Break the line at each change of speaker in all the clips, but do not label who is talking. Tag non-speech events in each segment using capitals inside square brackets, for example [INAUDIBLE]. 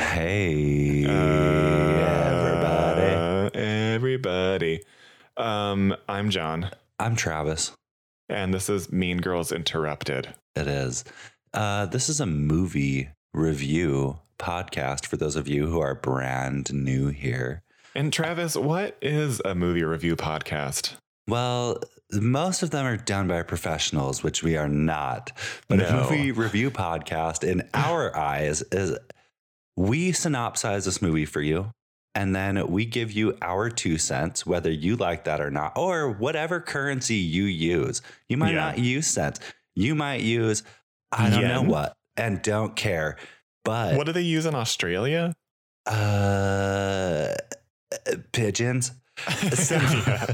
Hey, everybody.
Uh, everybody. Um, I'm John,
I'm Travis.
and this is Mean Girls Interrupted.
It is. Uh, this is a movie review podcast for those of you who are brand new here.
And Travis, what is a movie review podcast?
Well, most of them are done by professionals, which we are not. But a
No.
movie review podcast, in
[LAUGHS]
our eyes, is we synopsize this movie for you. And then we give you our two cents, whether you like that or not, or whatever currency you use. You might
Yeah.
not use cents. You might use, I don't know
Yen?
what, and don't care. But
What do they use in Australia?
uh, pigeons.
[LAUGHS]
[LAUGHS] So,
Yeah.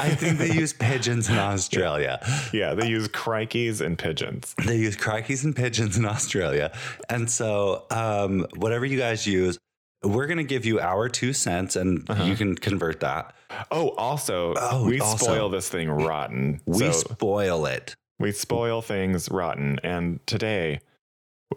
I think
[LAUGHS]
they use pigeons in Australia.
Yeah, they use crikeys and pigeons.
They use crikeys and pigeons in Australia. And so, um, whatever you guys use, we're going to give you our two cents and
Uh-huh.
you can convert that.
Oh, also,
Oh,
we
also.
spoil this thing rotten.
We
so
spoil it.
we spoil things rotten. And today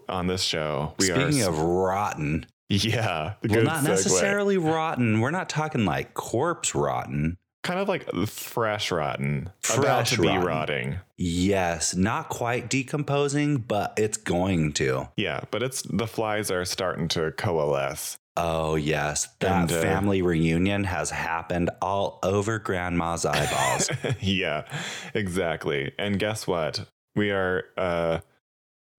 on this show, we
Speaking
are.
of rotten,
[LAUGHS] yeah,
well,
good
not
segue.
necessarily rotten. We're not talking like corpse rotten.
Kind of like fresh rotten, about
Fresh
to be
rotten.
rotting.
Yes, not quite decomposing, but it's going to.
Yeah, but it's the flies are starting to coalesce. [LAUGHS]
Oh, yes. That
And, uh,
family reunion has happened all over grandma's eyeballs.
yeah, exactly. And guess what? We are uh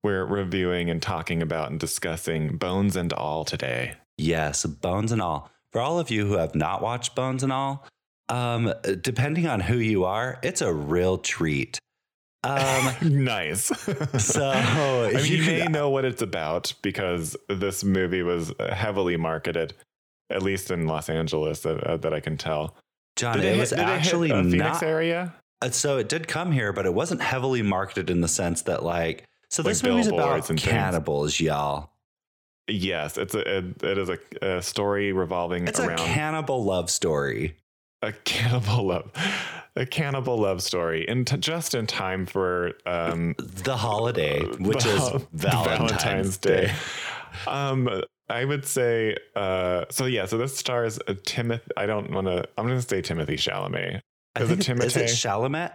we're reviewing and talking about and discussing Bones and All today.
yes, Bones and All. For all of you who have not watched Bones and All, um, depending on who you are, it's a real treat. Um,
[LAUGHS] nice.
so
[LAUGHS] I mean, you,
[LAUGHS] you
may
could-
know what it's about because this movie was heavily marketed, at least in Los Angeles, uh, uh, that I can tell.
John, Uh, it,
hit-
was
did hit,
actually
uh, Phoenix
not.
area.
uh, So it did come here, but it wasn't heavily marketed in the sense that, like, so
Like
this movie's about
billboards and things.
cannibals, y'all.
Yes, it's a it, it is a, a story revolving
It's
around
a cannibal love story.
a cannibal love a cannibal love story and t- just in time for um uh, [LAUGHS]
The holiday, which
val-
is Valentine's, Day.
um i would say uh so yeah so this stars a timothy i don't want to i'm gonna say timothy chalamet
I
Is it
think it- Is it Chalamet?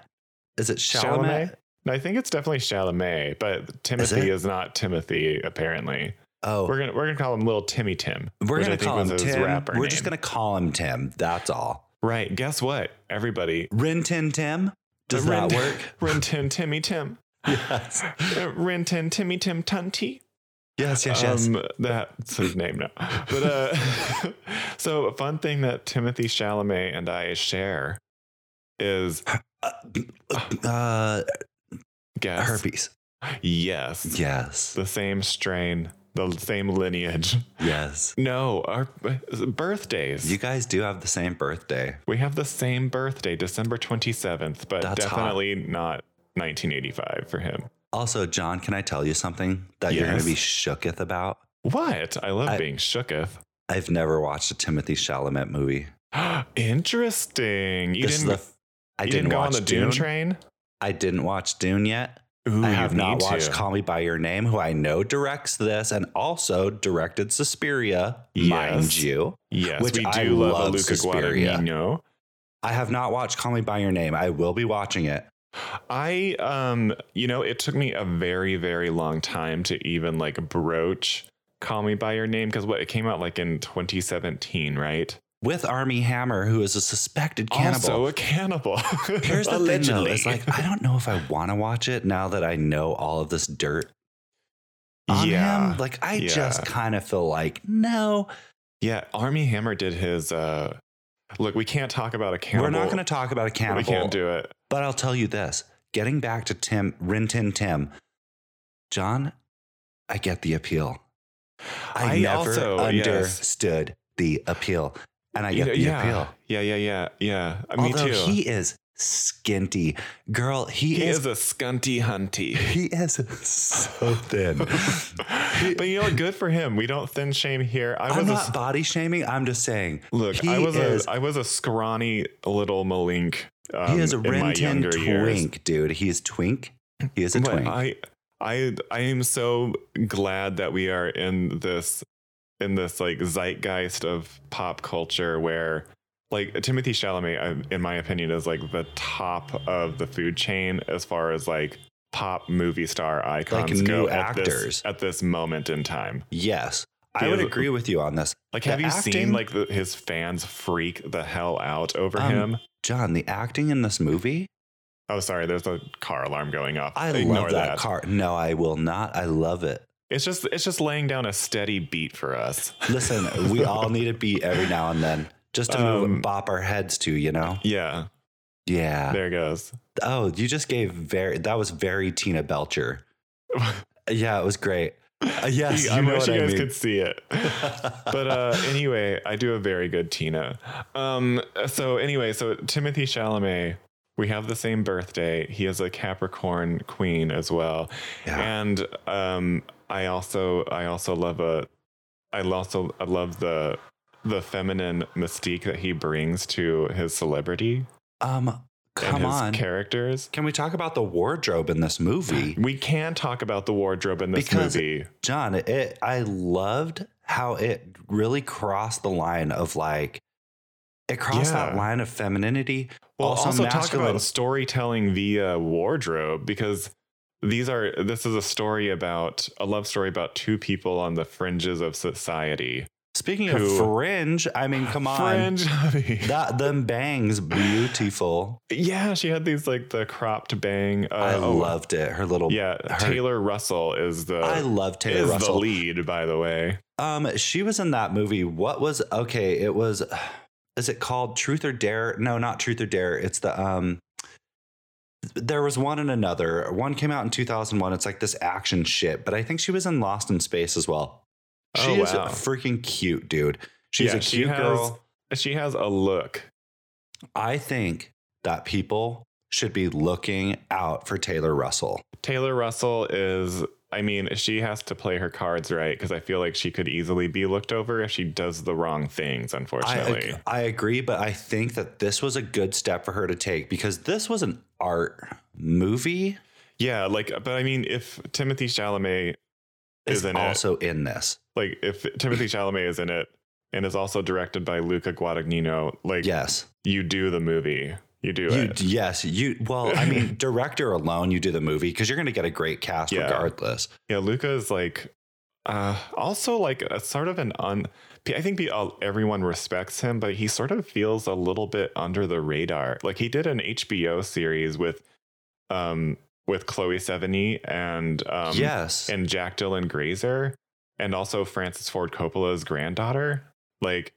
Is it Chalamet?
No, i think it's definitely chalamet but
it?
timothy is, not timothy apparently
Oh,
we're
we're,
gonna we're gonna call him little timmy tim which I
gonna
think
call
was
him
his
Tim.
rapper
We're just
name.
gonna call him Tim. That's all.
right guess what everybody
Rin Tin Tim. Does
Rin-
that
[LAUGHS]
work?
rin tin timmy tim
yes.
Uh, Rin Tin Timmy Tim Tunti.
Yes. Yes. Yes.
Um, that's his name now. But uh, [LAUGHS] so a fun thing that Timothy Chalamet and I share is
uh,
guess
herpes.
yes,
Yes.
the same strain, the same lineage.
Yes.
No, our birthdays.
You guys do have the same birthday.
we have the same birthday, December twenty seventh, but
That's hot.
definitely not nineteen eighty five for him.
Also, John, can I tell you something that you're gonna
Yes.
be shooketh about?
What? I love
I-
being shooketh. [GASPS]
I've never watched a Timothy Chalamet movie.
Interesting. You
this
didn't.
is the. F- I
you
didn't,
go
watch
on the Dune train.
I didn't watch Dune yet.
Ooh,
I have
you
not
need
watched
to.
Call Me by Your Name, who I know directs this and also directed Suspiria, mind
Yes.
you.
yes,
which
we do
I
love,
love
a Luca
Suspiria.
Guadagnino.
I have not watched Call Me by Your Name. I will be watching it.
I, um, you know, it took me a very, very long time to even like broach "Call Me by Your Name" because what it came out like in 2017, right?
With Army Hammer, who is a suspected cannibal.
Also a cannibal. [LAUGHS]
Here's the thing though,
Allegedly.
it's like I don't know if I want to watch it now that I know all of this dirt on
yeah,
him. Like I
Yeah.
just kind of feel like, no,
yeah. Army Hammer did his. uh Look, we can't talk about a cannibal.
we're not going to talk about a cannibal.
We can't do it.
But I'll tell you this getting back to Tim, Rin Tin Tim, John, I get the appeal. I,
I
never
also-
understood the appeal. And I
You
get
know,
the
yeah,
appeal.
yeah, yeah, yeah, yeah. Uh, Me
Although
too.
he is skinty. Girl, he,
He
is,
is a scunty hunty.
he is so [LAUGHS] thin.
but you know what? Good for him. We don't thin shame here. I
I'm
was a
not
s
body shaming. I'm just saying.
look.
he
I was
is-
a I was a scrawny little malink. Um,
He is a
in my
Rin Tin
younger
twink,
years.
dude. He's twink. He is a
But
twink.
I I I am so glad that we are in this in this like zeitgeist of pop culture where like Timothy Chalamet, I- in my opinion, is like the top of the food chain as far as like pop movie star icons
new
go at this-
actors.
at this moment in time.
Yes. I would
Dude.
agree with you on this.
Like,
The
have you
acting-
seen like the, his fans freak the hell out over
Um,
him?
John, the acting in this movie,
Oh, sorry, there's a car alarm going off.
I
Ignore
love that, car. No, I will not. I love it.
It's just it's just laying down a steady beat for us.
Listen, we all need a beat every now and then just to move
Um,
and bop our heads to, you know? [LAUGHS]
Yeah,
Yeah.
there goes.
Oh, you just gave very, that was very Tina Belcher. Yeah, it was great.
[LAUGHS]
Uh, yes,
I
you know
wish you
what I
guys
mean.
could see it.
[LAUGHS]
but uh, anyway, I do a very good Tina. Um, so anyway, so Timothy Chalamet, we have the same birthday. He is a Capricorn Queen as well,
Yeah.
and um, I also I also love a I also I love the the feminine mystique that he brings to his celebrity
Um,
and
come
his
on.
characters.
Can we talk about the wardrobe in this movie?
[LAUGHS] We can talk about the wardrobe in this
Because-
movie.
John, it I loved how it really crossed the line of like it crossed that
Yeah.
line of femininity.
Well,
also
also, talk
masculine.
about storytelling via wardrobe because these are this is a story about a love story about two people on the fringes of society.
Speaking
Who-
of fringe, I mean, come on.
Fringe. honey.
[LAUGHS] That them bangs beautiful.
[LAUGHS] yeah, she had these like the cropped bang. [LAUGHS] Uh,
I
oh,
loved it. Her little
Yeah,
her-
Taylor Russell is the
I love Taylor
is the
Russell.
lead, by the way.
Um, she was in that movie. What was okay? It was. [SIGHS] Is it called Truth or Dare? No, not Truth or Dare. It's the um. There was one and another. One came out in two thousand one. It's like this action shit, but I think she was in Lost in Space as well. She
Oh,
is
wow.
freaking cute, dude. She's
Yeah,
a
she
cute
has-
girl.
She has a look.
I think that people should be looking out for Taylor Russell.
Taylor Russell is. I mean, she has to play her cards right because I feel like she could easily be looked over if she does the wrong things. Unfortunately,
I, I agree, but I think that this was a good step for her to take because this was an art movie.
yeah. Like, but I mean, if Timothy Chalamet
is
is in it,
also in this.
like if Timothy Chalamet is in it and is also directed by Luca Guadagnino, like
Yes.
you do the movie, you do
You,
it.
yes. You, well, I
[LAUGHS]
mean, director alone, you do the movie because you're going to get a great cast
Yeah.
regardless.
yeah, Luca is like. Uh, also, like a sort of an un, I think be, uh, everyone respects him, but he sort of feels a little bit under the radar. Like he did an HBO series with, um, with Chloe Sevigny and um,
yes.
and Jack Dylan Grazer, and also Francis Ford Coppola's granddaughter. Like,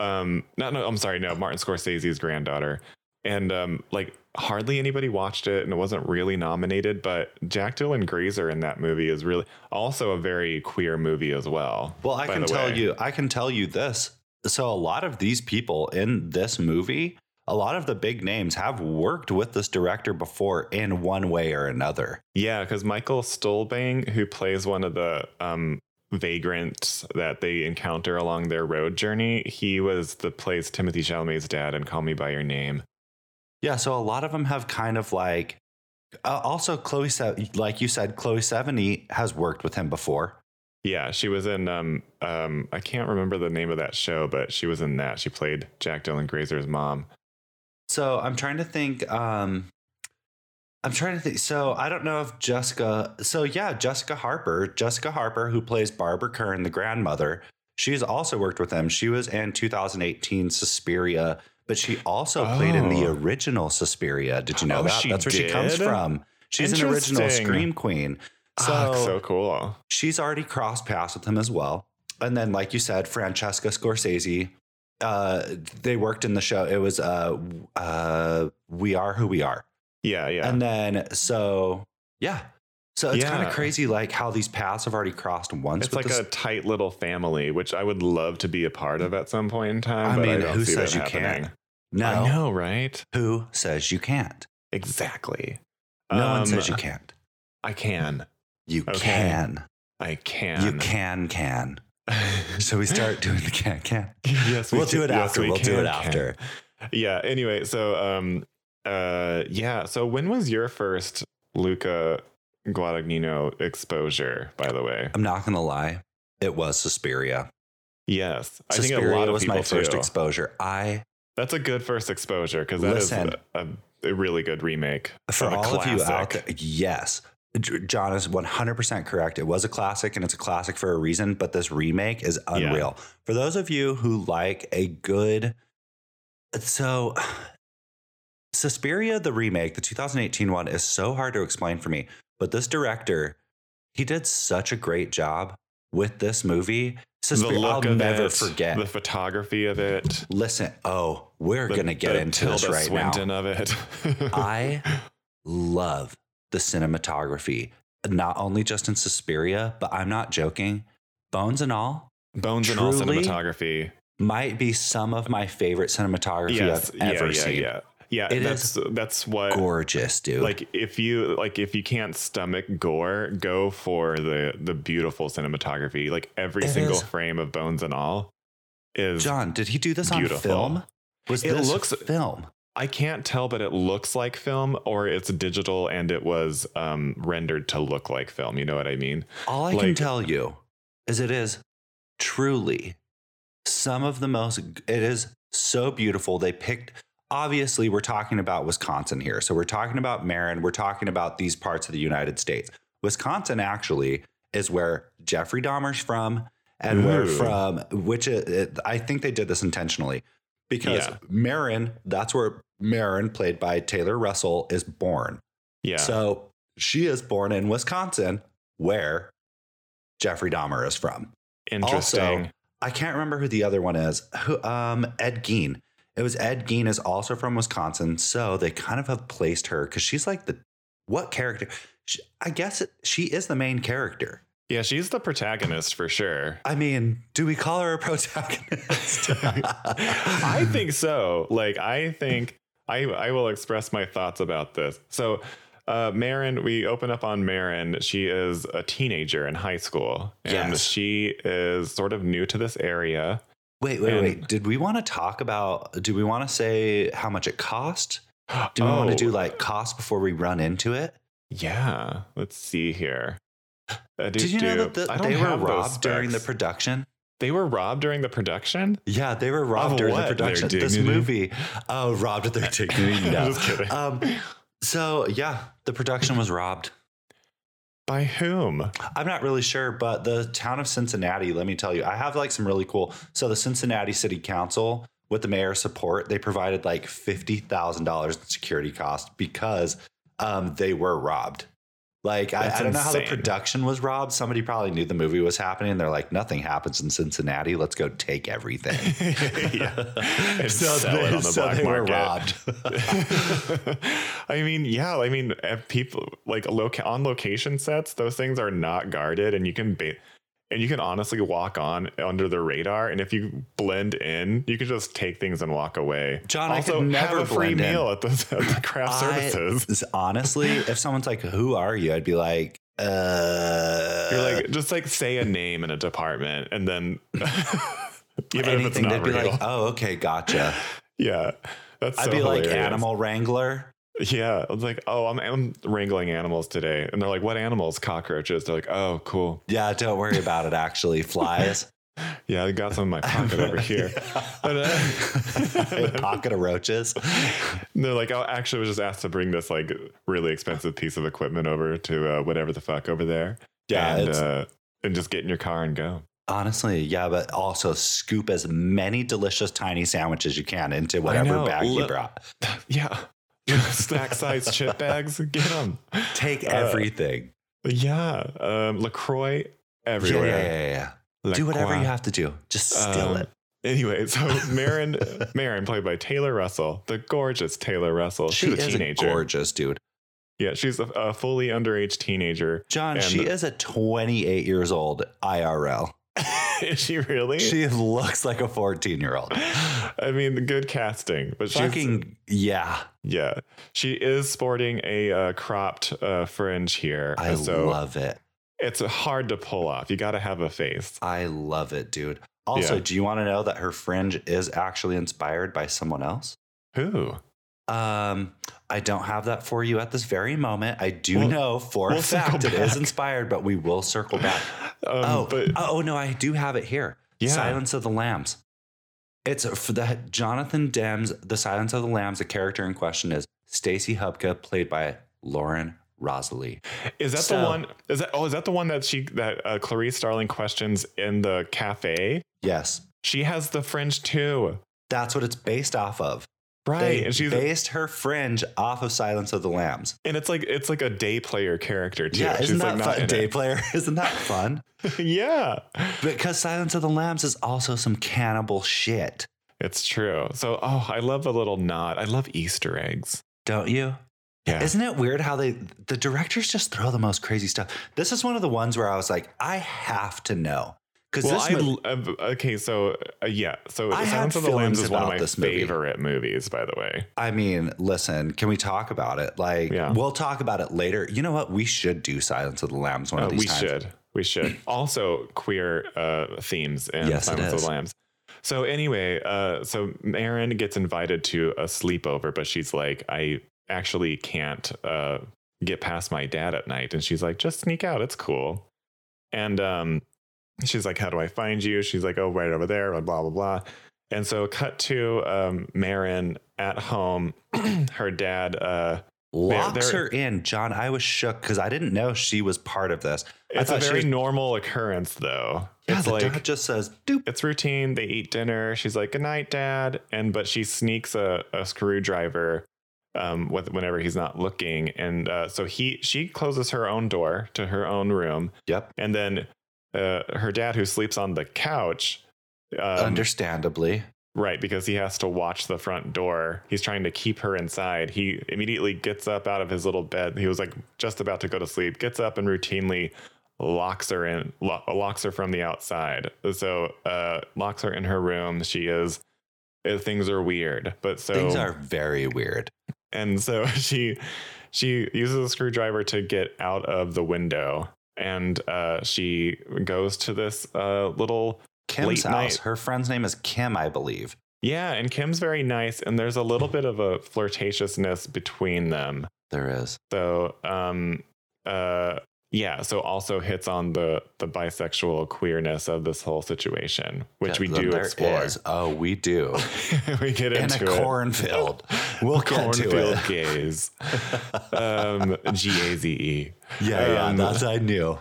um, no, no, I'm sorry, no, Martin Scorsese's granddaughter. And um, like, hardly anybody watched it, and it wasn't really nominated. But Jack Dylan Grazer in that movie is really also a very queer movie as well.
well, I
by
can
the
tell
way.
you, I can tell you this. So, a lot of these people in this movie, a lot of the big names have worked with this director before in one way or another.
Yeah, because Michael Stolbang, who plays one of the um, vagrants that they encounter along their road journey, he was the plays Timothy Chalamet's dad and Call Me by Your Name.
Yeah. So, a lot of them have kind of like, uh, also, Chloe, Se- like you said, Chloe 70 has worked with him before.
Yeah, she was in um um I can't remember the name of that show, but she was in that. She played Jack Dylan Grazer's mom.
So I'm trying to think. Um, I'm trying to think. So I don't know if Jessica. So yeah, Jessica Harper. Jessica Harper, who plays Barbara Kern, the grandmother. She's also worked with him. She was in 2018 Suspiria, but she also played in the
Oh.
original Suspiria. Did you know
Oh,
that?
she
That's where she comes
did?
from. She's an original
Interesting.
Scream Queen. So,
So, Ah, so cool.
she's already crossed paths with him as well. And then, like you said, Francesca Scorsese, uh, they worked in the show. It was uh, uh, We Are Who We Are.
Yeah, yeah.
And then, so yeah. So it's kind
Yeah.
of crazy, like how these paths have already crossed once.
it's like a tight little family, which I would love to be a part of at some point in time.
I
but I
mean,
don't
who
see
says you
that happening.
can't? No.
I know, right?
Who says you can't?
Exactly.
No one
Um,
says you can't.
I can.
You
okay.
can.
I can.
You
[LAUGHS]
can can. So we
[GASPS]
start doing the can can.
[LAUGHS] yes,
We'll do it
yes,
after.
we
We'll do
can,
it
can.
after.
yeah anyway so um uh yeah so when was your first luca guadagnino exposure by the way
I'm not gonna lie. It was Suspiria.
Yes, I think
Suspiria
a lot of
was
people
my first
too.
exposure. I
That's a good first exposure because that is
Listen.
a, a really good remake.
for
of a
all of you out there,
classic.
yes. J- John is 100% correct. It was a classic and it's a classic for a reason, but this remake is
Yeah.
unreal. For those of you who like a good. So, Suspiria, the remake, the 2018 one, is so hard to explain for me, but this director, he did such a great job with this movie. Suspiria,
the look
I'll
of
never
it,
forget.
the photography of it.
Listen, oh, we're
the-
going to get
the
into this
Tilda
right now.
Swinton of it. [LAUGHS]
I love the cinematography, not only just in Suspiria, but I'm not joking. Bones and All
Bones and all
truly-
cinematography.
might be some of my favorite cinematography
Yes,
I've ever
yeah, yeah,
seen.
yeah, yeah.
It
that's that's what
Gorgeous, dude.
like if you like if you can't stomach gore, go for the the beautiful cinematography. Like every
It
single
is-
frame of Bones and all is.
John, did he do this
Beautiful.
on film? Was
It
this
looks-
film?
I can't tell, but it looks like film, or it's digital and it was um, rendered to look like film. You know what I mean?
All I can
Like-
tell you is it is truly some of the most, it is so beautiful. They picked, obviously, we're talking about Wisconsin here. So we're talking about Marin, we're talking about these parts of the United States. Wisconsin actually is where Jeffrey Dahmer's from and where
Ooh.
from, which it, it- I think they did this intentionally because
Yeah.
Marin, that's where Marin, played by Taylor Russell, is born.
Yeah.
So she is born in Wisconsin, where Jeffrey Dahmer is from.
Interesting.
I can't remember who the other one is. Who, um, Ed Gein. It was Ed Gein is also from Wisconsin, so they kind of have placed her because she's like the what character? She, I guess it, she is the main character.
yeah, she's the protagonist for sure.
I mean, do we call her a [LAUGHS] protagonist?
[LAUGHS] I think so. Like, I think I I will express my thoughts about this. So, uh, Marin, we open up on Marin. She is a teenager in high school, and
Yes.
she is sort of new to this area.
Wait, wait,
And-
wait. Did we want to talk about? Do we want to say how much it cost? Do we want to
Oh,
do like cost before we run into it?
Yeah, let's see here. Uh,
Did you know
do-
that
I
the,
don't
they were
have those
robbed during the
specs.
production?
they were robbed during the production?
Yeah, they were robbed during
what? Their
the production. This
dignity?
movie, oh, robbed of
[LAUGHS]
their dignity. No.
Just kidding.
um, so yeah, the production was robbed.
By
[LAUGHS]
whom? [LAUGHS]
I'm not really sure, but the town of Cincinnati. Let me tell you, I have like some really cool. So the Cincinnati City Council, with the mayor's support, they provided like fifty thousand dollars in security costs because um, they were robbed. Like I,
That's
I don't know how the
insane.
production was robbed. Somebody probably knew the movie was happening. They're like, nothing happens in Cincinnati. Let's go take
[LAUGHS]
everything. [LAUGHS]
And sell it on the
so
black
they were
market. [LAUGHS]
robbed.
I mean, yeah. I mean, if people like loca- on location sets; those things are not guarded, and you can ba- and you can honestly walk on under the radar. And if you blend in, you can just take things and walk away.
John, I
also
could never
have a free
blend in.
meal at the, at
[LAUGHS]
the craft
I-
services. [LAUGHS]
Honestly, if someone's like, "Who are you?" I'd be like, uh,
You're like just like say a name in a department, and
[LAUGHS]
then [LAUGHS] even if it's
anything,
not
they'd be
real,
like, "Oh,
[LAUGHS]
okay, gotcha."
yeah. That's so
I'd be like,
hilarious.
"Animal wrangler."
Yeah, I was like, oh, I'm, I'm wrangling animals today, and they're like, what animals? Cockroaches. They're like, oh, cool.
Yeah, don't worry about it.
[LAUGHS]
Actually, flies.
Yeah, I got some in my pocket
[LAUGHS]
over here. [LAUGHS] But, uh,
Pocket of roaches.
And they're like, I actually was just asked to bring this like really expensive piece of equipment over to uh, whatever the fuck over there.
Yeah,
and,
it's-
uh, and just get in your car and go.
Honestly, yeah, but also scoop as many delicious tiny sandwiches you can into whatever
know.
bag you
Look-
brought.
Yeah, snack size chip bags, get them.
Take
Uh,
everything.
Yeah, um, Lacroix
Yeah, yeah,
everywhere.
yeah, yeah. Do whatever
LaCroix.
you have to do. Just steal
Um,
it.
Anyway, so
[LAUGHS]
Marin, Marin, played by Taylor Russell, the gorgeous Taylor Russell.
she
she's a
is a
teenager.
gorgeous dude.
yeah, she's a, a fully underage teenager. [LAUGHS]
John,
And-
she is a 28 years old IRL.
is she really?
She looks like a 14 year old.
I mean, good casting, but she's
Fucking yeah.
yeah, she is sporting a uh, cropped uh, fringe here,
I
so
love it.
it's hard to pull off. You got to have a face.
I love it, dude. Also,
Yeah.
do you want to know that her fringe is actually inspired by someone else?
Who?
Um, I don't have that for you at this very moment. I do
We'll-
know for
we'll
a
circle
fact it is
back.
inspired, but we will circle back.
Um,
oh,
but
oh, no, I do have it here.
Yeah.
Silence of the Lambs. It's for the Jonathan Demme's The Silence of the Lambs. The character in question is Stacy Hubka, played by Lauren Rosalie.
is that
uh, so-
the one? Is that oh? Is that the one that she that uh, Clarice Starling questions in the cafe?
Yes,
She has the fringe too,
that's what it's based off of.
right?
They
and she's
based her fringe off of Silence of the Lambs.
and it's like it's like a day player character too.
Yeah,
she's
isn't that
like
fun?
in
Day
it.
player, [LAUGHS] isn't that fun?
[LAUGHS] yeah,
because Silence of the Lambs is also some cannibal shit,
it's true. So oh, I love a little nod. I love Easter eggs.
don't you?
Yeah.
Isn't it weird how they the directors just throw the most crazy stuff? This is one of the ones where I was like, I have to know because
Well,
this
I,
mo-
l- uh, okay, so uh, yeah, so
I had
Silence of the Lambs
feelings
is one of
about
my
this movie.
favorite movies, by the way.
I mean, listen, can we talk about it? Like,
Yeah.
we'll talk about it later. You know what? We should do Silence of the Lambs one
Uh,
of these
we
times.
should, we should.
[CLEARS THROAT]
also, queer uh, themes in
Yes, it
Silence of
is.
the Lambs. So anyway, uh, so Erin gets invited to a sleepover, but she's like, I actually can't uh, get past my dad at night, and she's like, just sneak out, it's cool. And um, she's like, how do I find you? She's like, oh, right over there, blah blah blah. blah. And so, cut to um, Marin at home. [CLEARS THROAT] her dad uh,
Locks
they're-
her in, John. I was shook because I didn't know she was part of this. I
It's a
thought she
very
was-
normal occurrence, though.
Yeah,
it's
the
like
dad just says, "Doop."
it's routine. They eat dinner. She's like, "Good night, Dad," and but she sneaks a, a screwdriver um, with, whenever he's not looking, and uh, so he she closes her own door to her own room,
Yep.
and then uh, her dad, who sleeps on the couch, um,
Understandably,
right because he has to watch the front door. He's trying to keep her inside. He immediately gets up out of his little bed. He was like just about to go to sleep. Gets up and routinely locks her in lo- locks her from the outside so uh locks her in her room she is uh, things are weird but so
things are very weird.
and so [LAUGHS] she she uses a screwdriver to get out of the window and uh she goes to this uh little
Kim's
Late
house.
night.
Her friend's name is Kim, I believe.
yeah and kim's very nice and there's a little bit of a flirtatiousness between them
There is.
So, um, uh, yeah. So also hits on the the bisexual queerness of this whole situation, which
Yeah,
we
th-
do
there
explore.
is. Oh, we do.
[LAUGHS] we get
in a
into it.
cornfield. We'll get to
cornfield
it. [LAUGHS]
gaze. Um, G A Z E.
Yeah, yeah.
Um,
that's I knew.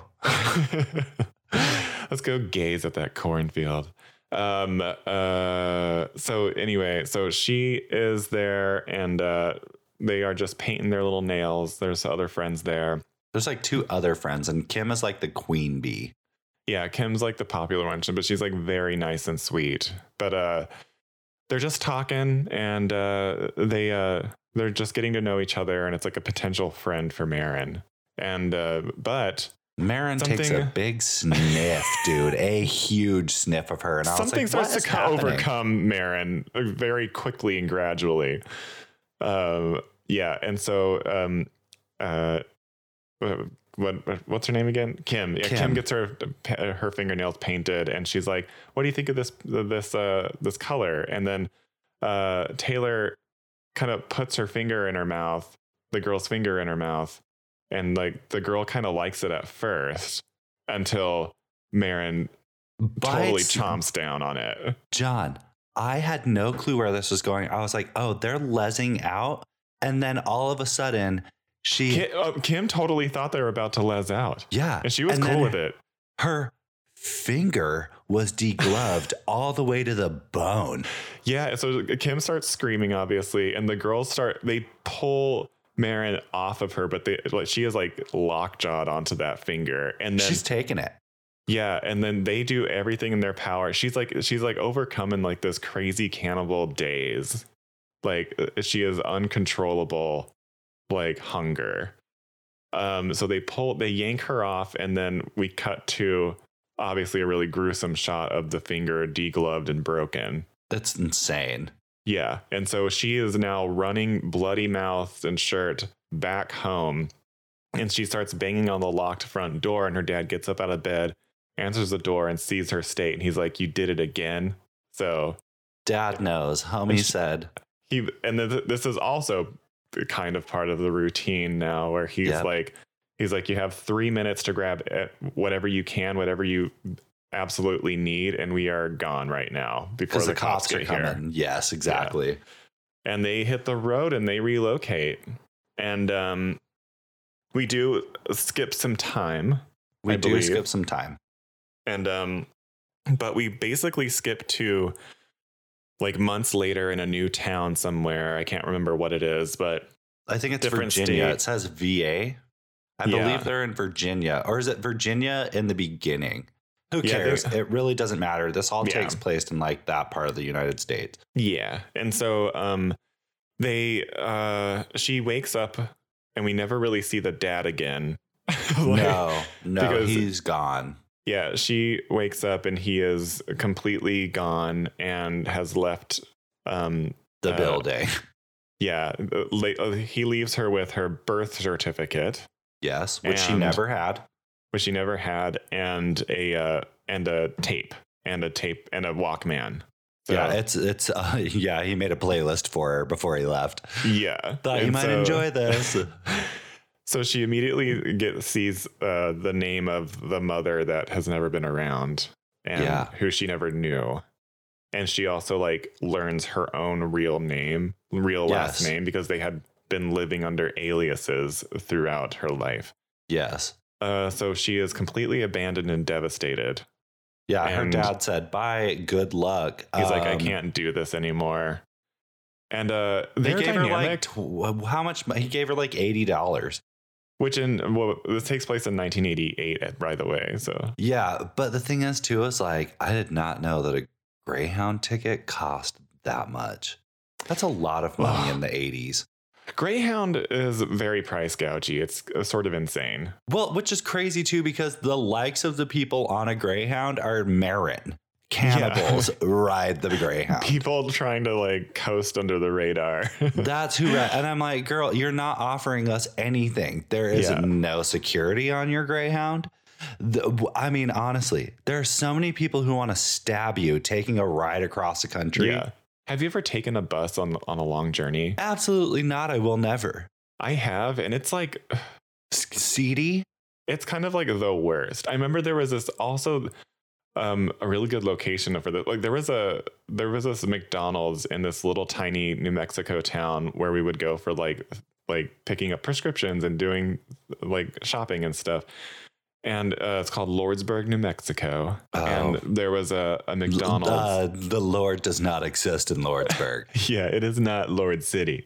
[LAUGHS] Let's go gaze at that cornfield. Um uh so anyway, so she is there and uh they are just painting their little nails. There's other friends there.
There's like two other friends, and Kim is like the queen bee.
Yeah, Kim's like the popular one, but she's like very nice and sweet. But uh they're just talking and uh they uh they're just getting to know each other and it's like a potential friend for Marin. And uh but
Marin takes a
Something-
big sniff, dude. A huge sniff of her. And I was
something
like,
starts
what
to
is
co-
happening?
overcome Marin uh, very quickly and gradually. Um yeah, and so um uh uh, what what- what's her name again? Kim. Yeah, Kim,
Kim.
gets her uh, her fingernails painted, and she's like, "What do you think of this this uh this color?" And then uh Taylor kind of puts her finger in her mouth, the girl's finger in her mouth, and like the girl kind of likes it at first until Marin totally
Bites-
chomps down on it.
John, I had no clue where this was going. I was like, oh, they're lesing out. And then all of a sudden, she.
Kim, uh, Kim totally thought they were about to les out,
yeah.
and she was
And
cool
then
with it.
Her finger was degloved all the way to the bone.
Yeah, so Kim starts screaming, obviously, and the girls start they pull Marin off of her, but they like she is like lockjawed onto that finger, and then
She's taking it.
yeah, and then they do everything in their power. She's like she's like overcoming like this crazy cannibal daze, like uh, she is uncontrollable, like hunger. Um, so they pull they yank her off, and then we cut to obviously a really gruesome shot of the finger degloved and broken.
That's insane.
Yeah. And so she is now running bloody mouthed and shirt back home. And she starts banging on the locked front door. And her dad gets up out of bed, answers the door, and sees her state. And he's like, You did it again. So
Dad knows. Homie
And she-
said,
he and th- this is also kind of part of the routine now where he's
Yep.
like he's like you have 3 minutes to grab eh, whatever you can whatever you absolutely need and we are gone right now before
because
the, cops,
are
get here
coming. Yes, exactly.
and they hit the road and they relocate and um we do skip some time
We
I
do
believe.
skip some time.
and um but we basically skip to like months later in a new town somewhere i can't remember what it is but
I think it's
Different
Virginia.
state.
It says VA. I
Yeah.
believe they're in Virginia, or is it Virginia in the beginning? Who
Yeah, they-
cares? it really doesn't matter. This all
Yeah.
takes place in like that part of the United States.
yeah and so um they uh she wakes up and we never really see the dad again [LAUGHS] [LAUGHS] Like,
no, no,
because-
he's gone.
Yeah, she wakes up and he is completely gone and has left. Um,
The
Uh,
building. [LAUGHS]
yeah, uh, la- uh, he leaves her with her birth certificate,
Yes, which she
and-
never had.
which she never had, and a uh, and a tape and a tape and a Walkman. So,
yeah, it's it's [LAUGHS] uh, yeah. He made a playlist for her before he left.
yeah.
[LAUGHS] Thought you
And
might
so- [LAUGHS]
enjoy this.
so she immediately get sees uh, the name of the mother that has never been around and
Yeah.
who she never knew and she also like learns her own real name real last
Yes.
name because they had been living under aliases throughout her life
yes.
uh, so she is completely abandoned and devastated
Yeah, her
And-
dad said, "Bye, good luck."
he's like i
Um,
can't do this anymore and uh
They
their
gave her like
dynamic
tw- how much? mo- He gave her like eighty dollars.
which in well, this takes place in 1988 by the way so
Yeah, but the thing is, too, is like I did not know that a Greyhound ticket cost that much. That's a lot of money in the eighties.
Greyhound is very price gougy. It's uh, sort of insane.
Well, which is crazy too, because the likes of the people on a Greyhound are Marin. Cannibals ride the Greyhound.
People trying to like coast under the radar.
That's who, ri- and I'm like, girl, you're not offering us anything. There is
Yeah.
no security on your Greyhound. The- w- I mean, honestly, there are so many people who want to stab you taking a ride across the country.
yeah. Have you ever taken a bus on on a long journey?
Absolutely not. I will never.
I have, and it's like
S- seedy.
it's kind of like the worst. I remember there was this also um a really good location for the like there was a there was this McDonald's in this little tiny New Mexico town where we would go for like like picking up prescriptions and doing like shopping and stuff. And uh, it's called Lordsburg, New Mexico.
Oh.
And there was a, a
L-
McDonald's.
Uh, the Lord does not exist in Lordsburg.
Yeah, it is not Lord City.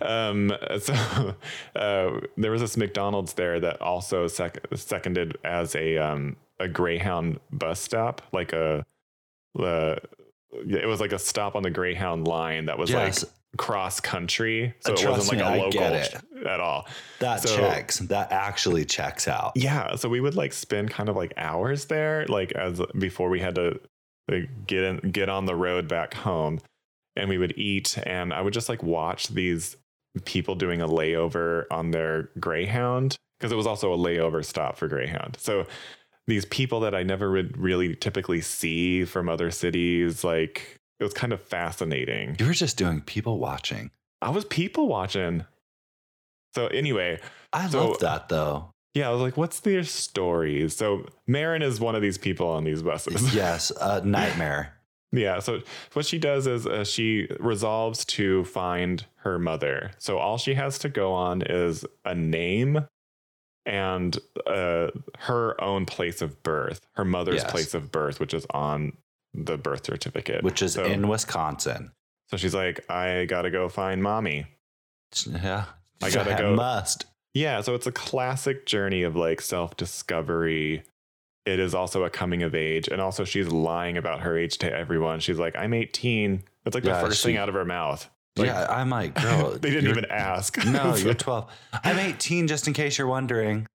Um, [LAUGHS] so uh, there was this McDonald's there that also sec- seconded as a um, a Greyhound bus stop, like a uh, yeah, it was like a stop on the Greyhound line that [LAUGHS] was
yes,
like cross country, so
Uh,
it wasn't
trust
like
me,
a
I
local
get
at all.
that
so-
checks. That actually checks out.
Yeah, so we would like spend kind of like hours there, like as before we had to like get in, get on the road back home, and we would eat, and I would just like watch these people doing a layover on their Greyhound because it was also a layover stop for Greyhound. So these people that I never would really typically see from other cities, like it was kind of fascinating.
You were just doing people watching.
I was people watching. So anyway,
I
So-
love
[LAUGHS]
that though.
yeah, I was like, what's their stories? So Marin is one of these people on these buses.
yes, a nightmare.
[LAUGHS] yeah. So what she does is uh, she resolves to find her mother. So all she has to go on is a name and uh, her own place of birth, her mother's
Yes.
place of birth, which is on the birth certificate.
which is
so,
in Wisconsin.
So she's like, I gotta go find mommy.
Yeah.
I gotta go.
Must.
Yeah, so it's a classic journey of like self discovery. It is also a coming of age, and also she's lying about her age to everyone. She's like, "I'm 18." That's like
Yeah,
the first
she-
thing out of her mouth. Like, [LAUGHS]
yeah, I'm like, girl.
they didn't
you're-
even ask. [LAUGHS]
No,
So
you're 12. I'm 18, just in case you're wondering.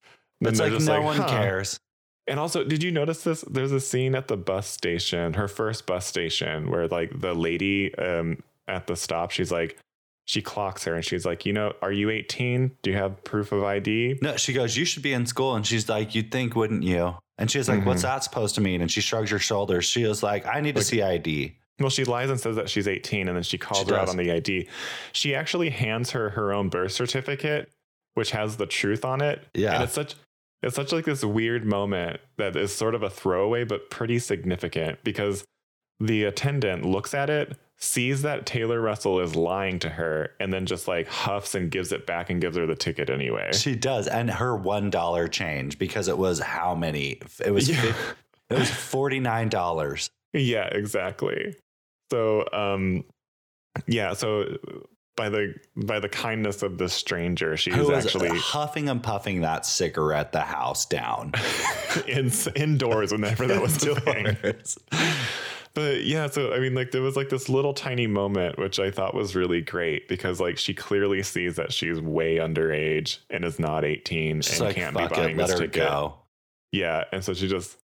then
It's
they're
like
just
no one
"Huh."
cares.
And also, did you notice this? There's a scene at the bus station, her first bus station, where like the lady um, at the stop, she's like, she clocks her, and she's like, "You know, are you 18? Do you have proof of ID?"
No, she goes, You should be in school. And she's like, You'd think, wouldn't you? And she's like, What's that supposed to mean? And she shrugs her shoulders. She is like, I
Mm-hmm. Like-
need to see ID.
Well, she lies and says that she's 18 and then she calls
She
her out
does.
on the ID. She actually hands her her own birth certificate, which has the truth on it. And
Yeah.
it's such it's such like this weird moment that is sort of a throwaway but pretty significant because the attendant looks at it, sees that Taylor Russell is lying to her, and then just like huffs and gives it back and gives her the ticket anyway.
She does. And her $1 change because it was how many? It [LAUGHS] was
Yeah.
fif- it was $49.
Yeah, exactly. So, um, yeah, so by the by the kindness of this stranger, [LAUGHS] she
Who
is
was
actually
huffing and puffing that cigarette the
[LAUGHS]
house down.
in, indoors whenever that
[LAUGHS]
was a thing.
Doors. [LAUGHS]
But yeah, so I mean, like there was like this little tiny moment which I thought was really great because like she clearly sees that she's way underage and is not eighteen
She's
and
like,
can't be
fuck
buying
it, let
this
her
ticket.
go.
Yeah, and so she just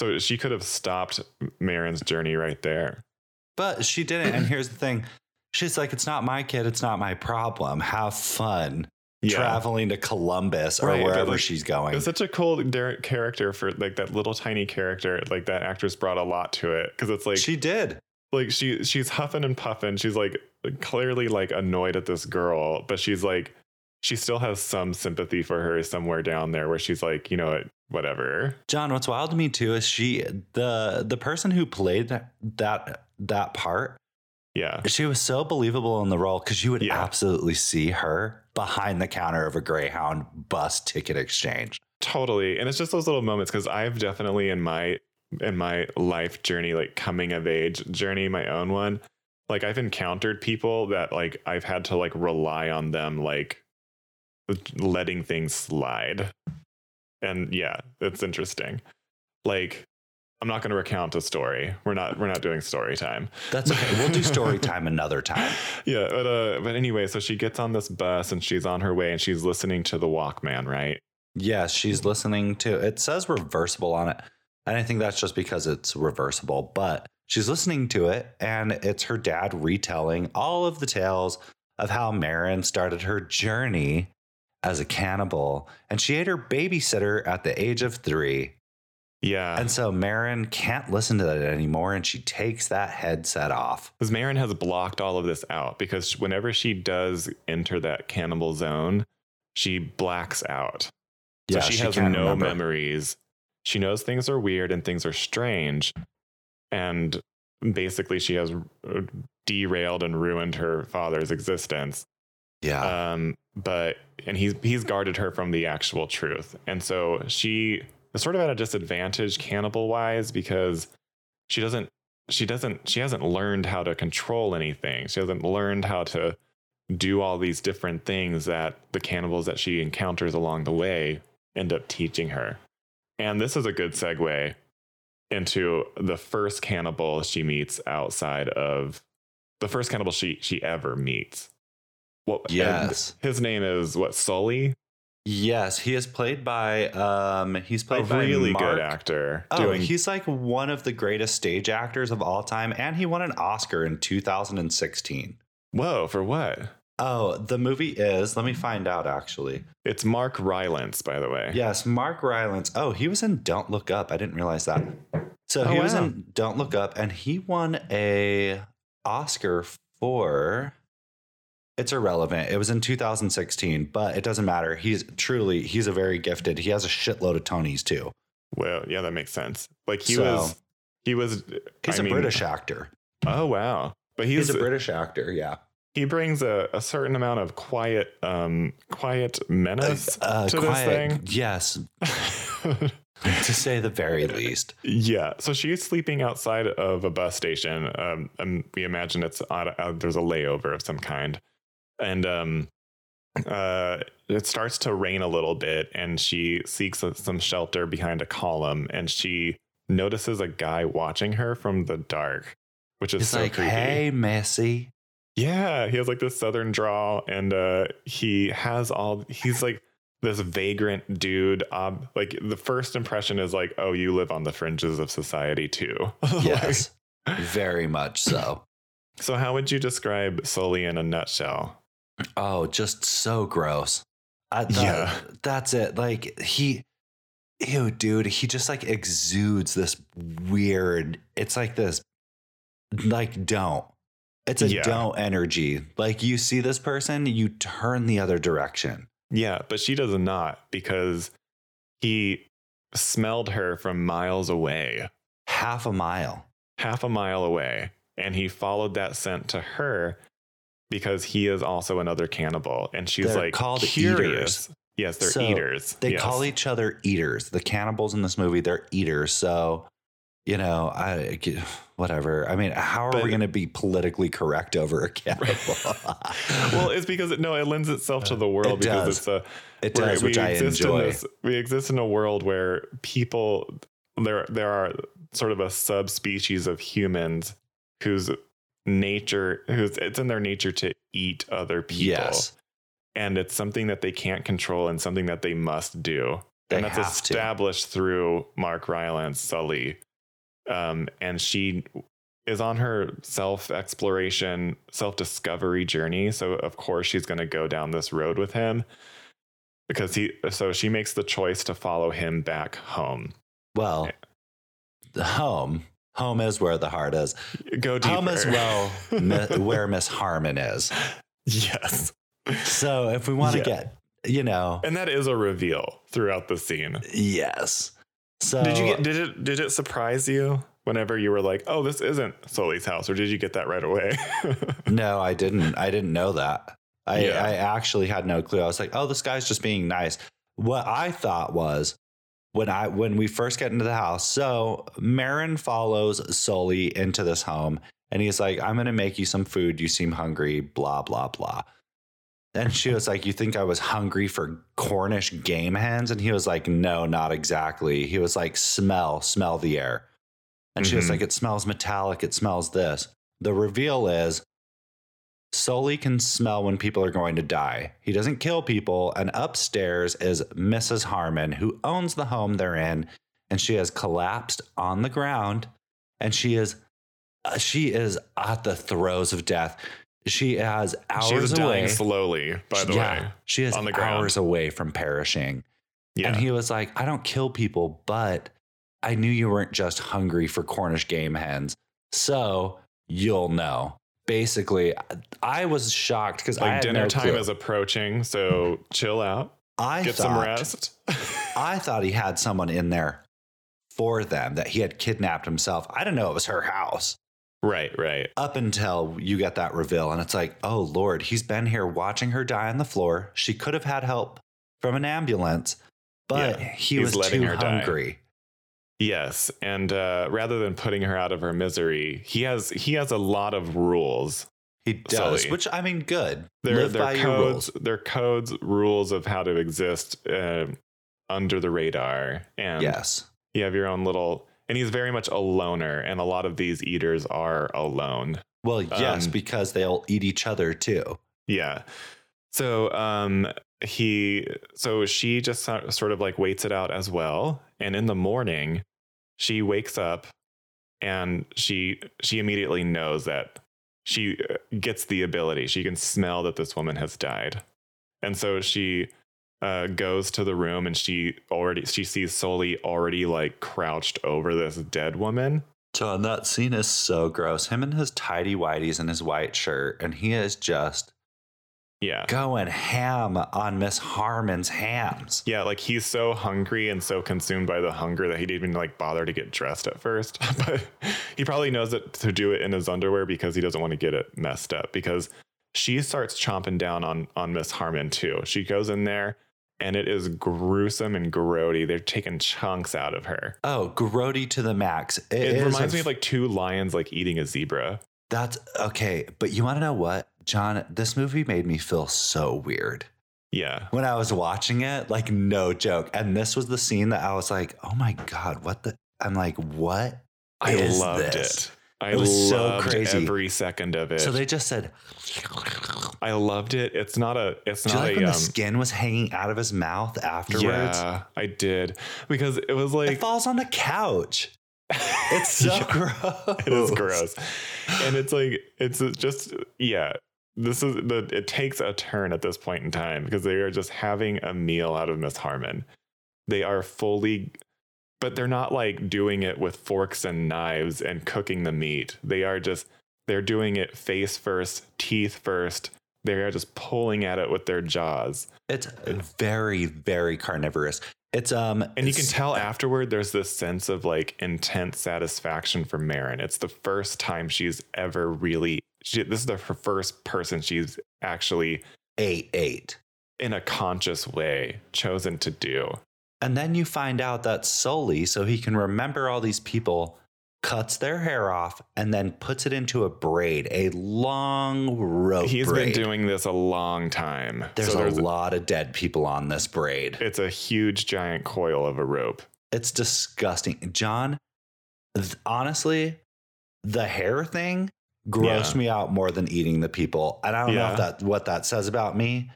so she could have stopped Marin's journey right there.
But she didn't. And here's the thing she's like, it's not my kid. It's not my problem. Have fun
Yeah.
traveling to Columbus or
Right, but
wherever
like,
she's going.
It was such a cool dar- character for like that little tiny character. Like that actress brought a lot to it because it's like
she did.
like she she's huffing and puffing. She's like clearly like annoyed at this girl, but she's like she still has some sympathy for her somewhere down there where she's like you know what, whatever.
John, what's wild to me too is she the the person who played that that part.
Yeah,
She was so believable in the role because you would
Yeah.
absolutely see her behind the counter of a Greyhound bus ticket exchange.
totally. And it's just those little moments because I've definitely in my in my life journey, like coming of age journey, my own one. Like I've encountered people that like I've had to like rely on them like letting things slide. And yeah, it's interesting. Like I'm not going to recount a story. We're not we're not doing story time.
That's okay. We'll
[LAUGHS]
do story time another time.
Yeah, but uh but anyway, so she gets on this bus and she's on her way and she's listening to the Walkman, right?
Yes, she's
Mm-hmm.
listening to it says reversible on it. And I think that's just because it's reversible, but she's listening to it and it's her dad retelling all of the tales of how Marin started her journey as a cannibal and she ate her babysitter at the age of 3.
Yeah.
And so Marin can't listen to that anymore and she takes that headset off.
Because Marin has blocked all of this out because whenever she does enter that cannibal zone, she blacks out. So she, has no
can't remember.
memories. She knows things are weird and things are strange. And basically, she has uh, derailed and ruined her father's existence.
Yeah.
Um, but and he's he's guarded her from the actual truth, and so she is sort of at a disadvantage cannibal wise because she doesn't she doesn't she hasn't learned how to control anything. She hasn't learned how to do all these different things that the cannibals that she encounters along the way end up teaching her. And this is a good segue into the first cannibal she meets outside of the first cannibal she she ever meets. Well, and
yes.
his name is what Sully,
Yes, he is played by um he's
a
played by
really
Mark
good actor.
Oh,
doing
he's like one of the greatest stage actors of all time, and he won an Oscar in 2016.
whoa for what?
Oh, the movie is. Let me find out. Actually,
It's Mark Rylance, by the way.
yes, Mark Rylance. Oh, he was in Don't Look Up. I didn't realize that. So
Oh,
he was
wow.
in Don't Look Up, and he won a Oscar for. It's irrelevant. It was in 2016, but it doesn't matter. He's truly he's a very gifted. He has a shitload of Tonys too.
Well, yeah, that makes sense. Like he
So-
was, he was.
He's
I
a
mean-
British actor.
Oh wow, but
He's,
he's,
a British actor. Yeah.
he brings a, a certain amount of quiet, um, quiet menace
uh,
to
quiet,
this
Yes,
[LAUGHS] thing.
to say the very least.
Yeah, so she's sleeping outside of a bus station. Um, and we imagine it's on, uh, there's a layover of some kind, and um, uh, it starts to rain a little bit, and she seeks uh, some shelter behind a column, and she notices a guy watching her from the dark, which is
It's
so
like,
creepy.
hey, Missy.
Yeah, he has like this southern drawl, and uh, he has all he's like this vagrant dude. Um, like the first impression is like, oh, you live on the fringes of society too. [LAUGHS] [LAUGHS] Like,
Yes, very much so.
so, how would you describe Sully in a nutshell?
Oh, just so gross. I, that-
Yeah.
that's it. Like he, ew, dude. He just like exudes this weird. It's like this like don't. It's a
Yeah.
don't energy. Like you see this person, you turn the other direction.
Yeah, but she does not because he smelled her from miles away,
Half a mile.
half a mile away, and he followed that scent to her because he is also another cannibal, and she's
They're
like
called
curious. Yes, they're
So,
eaters.
They
yes.
call each other eaters. The cannibals in this movie, they're eaters. So, you know, I whatever. I mean, how are
But-
we going to be politically correct
[LAUGHS]
over a cannibal? [LAUGHS]
well, it's because it, no, it lends itself to the world
Uh, It
because
does.
it's a
it
where
does, which I
exist in
enjoy.
this- we exist in a world where people there there are sort of a subspecies of humans whose nature whose it's in their nature to eat other people.
Yes,
And it's something that they can't control and something that they must do.
they
and
have
that's established through Mark Rylance Sully. Um, and she is on her self exploration, self discovery journey. So, of course, she's going to go down this road with him because he, so she makes the choice to follow him back home.
to. Well, the home, home is where the heart is.
Go deeper.
Home
[LAUGHS]
is well, mi- where Miss Harmon is.
yes.
So, if we want to
Yeah.
get, you know,
And that is a reveal throughout the scene.
yes. So
Did you get, did it, did it surprise you whenever you were like, oh, this isn't Sully's house? Or did you get that right away? [LAUGHS]
[LAUGHS] No, I didn't. I didn't know that. I,
Yeah.
I actually had no clue. I was like, oh, this guy's just being nice. What I thought was when I when we first get into the house, so Marin follows Sully into this home and he's like, I'm gonna make you some food. You seem hungry, blah, blah, blah. And she was like, You think I was hungry for Cornish game hens? And he was like, No, not exactly. He was like, Smell, smell the air. And she was
Mhm.
like, It smells metallic. It smells this. The reveal is Sully can smell when people are going to die. He doesn't kill people. And upstairs is Mrs. Harmon, who owns the home they're in. And she has collapsed on the ground. And she is. uh, She is at the throes of death. She has hours
She's dying
away.
slowly, by the
yeah,
way.
She is
on the ground.
hours away from perishing.
Yeah.
And he was like, I don't kill people, but I knew you weren't just hungry for Cornish game hens. So you'll know. Basically, I was shocked because I
like
had
dinner
no
time
clue.
is approaching, so chill out,
I
get
thought,
some rest. [LAUGHS]
I thought he had someone in there for them that he had kidnapped himself. I didn't know it was her house
right, right.
up until you get that reveal. And it's like, oh, Lord, he's been here watching her die on the floor. She could have had help from an ambulance, but
Yeah,
he
he's
was
letting
too
her die.
hungry.
Yes, and uh, rather than putting her out of her misery, he has he has a lot of rules.
He does,
Sully.
which I mean, good.
There,
Live
there
by
are
your
codes,
rules.
there are codes, rules of how to exist uh, under the radar, and
Yes,
you have your own little. And he's very much a loner, and a lot of these eaters are alone.
Well, yes,
Um,
because they'll eat each other too.
Yeah. So um he so she just so- sort of like waits it out as well and in the morning she wakes up and she she immediately knows that she uh, gets the ability she can smell that this woman has died and so she uh, goes to the room and she already she sees Soli already like crouched over this dead woman
John, that scene is so gross. Him and his tidy whities and his white shirt, and he is just
yeah
going ham on Miss Harmon's hams.
Yeah, like he's so hungry and so consumed by the hunger that he didn't even like bother to get dressed at first. [LAUGHS] but he probably knows that to do it in his underwear because he doesn't want to get it messed up because she starts chomping down on on Miss Harmon too. She goes in there and it is gruesome and grody. They're taking chunks out of her.
Oh, grody to the max. It,
It,
is
reminds
a-
me of like two lions like eating a zebra.
that's okay. But you want to know what, John? This movie made me feel so weird.
Yeah.
when I was watching it, like no joke. And this was the scene that I was like, oh my God, what the? I'm like, what?
I
Is
loved
this?
it. I
It was so
loved
crazy.
every second of it.
So they just said,
I loved it. It's not a it's
do you
not
like
a
when the
um,
skin was hanging out of his mouth afterwards?
Yeah, I did because it was
It
like [LAUGHS]
falls on the couch. It's so
Yeah,
gross.
[LAUGHS] it is gross, and it's like it's just yeah. This is the it takes a turn at this point in time because they are just having a meal out of Miss Harmon. They are fully but they're not like doing it with forks and knives and cooking the meat. They are just they're doing it face first, teeth first. They are just pulling at it with their jaws.
It's very, very carnivorous. It's um,
And you can tell afterward there's this sense of like intense satisfaction for Marin. It's the first time she's ever really she, this is the her first person she's actually
eight eight,
in a conscious way chosen to do.
and then you find out that Sully, so he can remember all these people, cuts their hair off and then puts it into a braid, a long rope.
He's
braid.
been doing this a long time.
Oh, There's
So
a lot of dead people on this braid.
it's a huge giant coil of a rope.
It's disgusting. John, th- honestly, the hair thing grossed me out more than eating the people. And I don't know
Yeah.
if that what that says about me,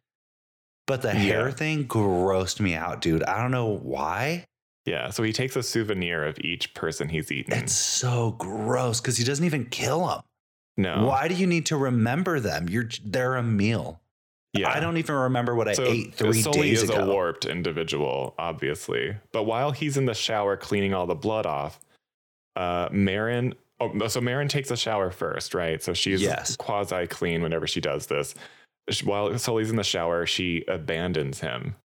but the hair
Yeah.
thing grossed me out, dude. I don't know why.
Yeah, so he takes a souvenir of each person he's eaten.
It's so gross because he doesn't even kill them.
no,
Why do you need to remember them? You're j- they're a meal.
Yeah.
I don't even remember what I
so
ate three
Sully
days
is
ago.
a warped individual, obviously. But while he's in the shower cleaning all the blood off, uh, Marin. Oh, so Marin takes a shower first, right? So she's
Yes.
quasi clean whenever she does this. Sh- While Sully's in the shower, she abandons him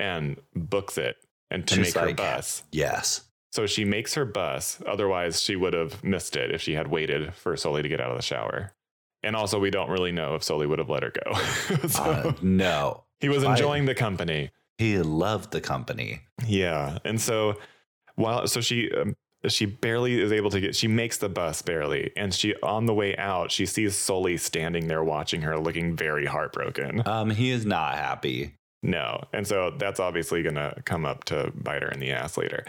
and books it, and to
She's
make her
like,
bus. [LAUGHS]
Yes.
So she makes her bus. Otherwise, she would have missed it if she had waited for Sully to get out of the shower. And also, we don't really know if Sully would have let her go. [LAUGHS] so
Uh, no.
he was
I-
enjoying the company.
He loved the company.
Yeah. And so while so she um, she barely is able to get she makes the bus barely and she on the way out she sees Sully standing there watching her looking very heartbroken.
Um, he is not happy.
No. And so that's obviously going to come up to bite her in the ass later.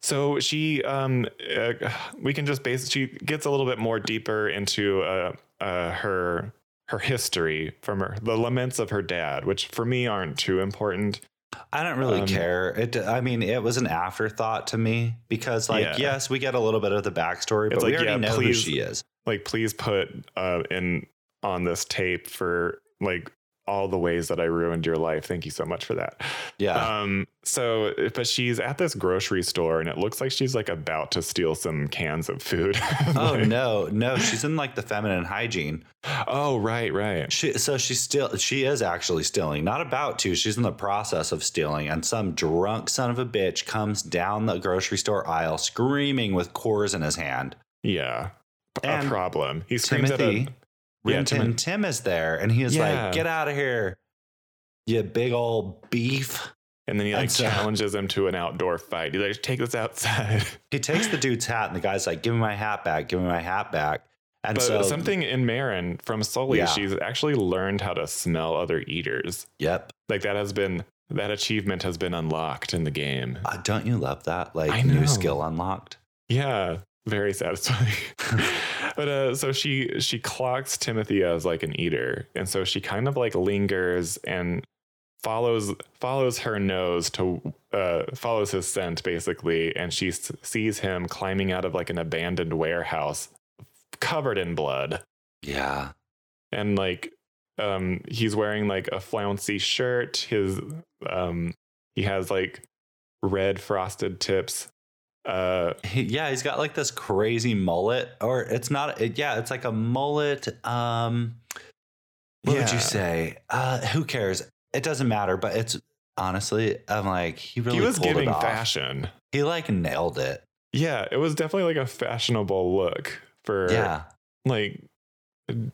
So she, um, uh, we can just base. She gets a little bit more deeper into uh, uh, her her history from her the laments of her dad, which for me aren't too important.
I don't really
Um,
care. It. I mean, it was an afterthought to me because, like,
Yeah.
yes, we get a little bit of the backstory, but
It's
we
like,
already
yeah,
know
please-
who she is.
Like, please put uh, in on this tape for like all the ways that I ruined your life. Thank you so much for that.
Yeah.
Um, so, but she's at this grocery store and it looks like she's like about to steal some cans of food. [LAUGHS]
oh
Like-
no, no, she's in like the feminine hygiene.
Oh, right, right.
She, so she's still, she is actually stealing. Not about to. She's in the process of stealing, and some drunk son of a bitch comes down the grocery store aisle screaming with cores in his hand.
Yeah. P-
And
a problem. He screams
Timothy,
uh, Yeah,
Rin Tin
Timon-
Tim is there, and he is
Yeah.
like, "Get out of here, you big old beef."
at a, and then he like
and so-
challenges him to an outdoor fight. He's like, take this outside.
He takes the dude's hat, and the guy's like, "Give me my hat back! Give me my hat back!" And
but
so,
something in Marin from Sully,
Yeah.
she's actually learned how to smell other eaters.
yep.
Like that has been that achievement has been unlocked in the game.
Uh, don't you love that?
I
Like new
know.
skill unlocked.
Yeah, very satisfying. [LAUGHS] but uh, so she she clocks Timothy as like an eater, and so she kind of like lingers and follows follows her nose to uh, follows his scent basically, and she s- sees him climbing out of like an abandoned warehouse covered in blood,
Yeah,
and like um he's wearing like a flouncy shirt. His um he has like red frosted tips. Uh,
he, yeah. He's got like this crazy mullet, or it's not. It, yeah, it's like a mullet. Um, what would
Yeah.
you say? Uh, who cares? It doesn't matter. But it's honestly, I'm like, he really
he was
pulled it
giving
off.
fashion.
He like nailed it.
Yeah, it was definitely like a fashionable look for
Yeah.
like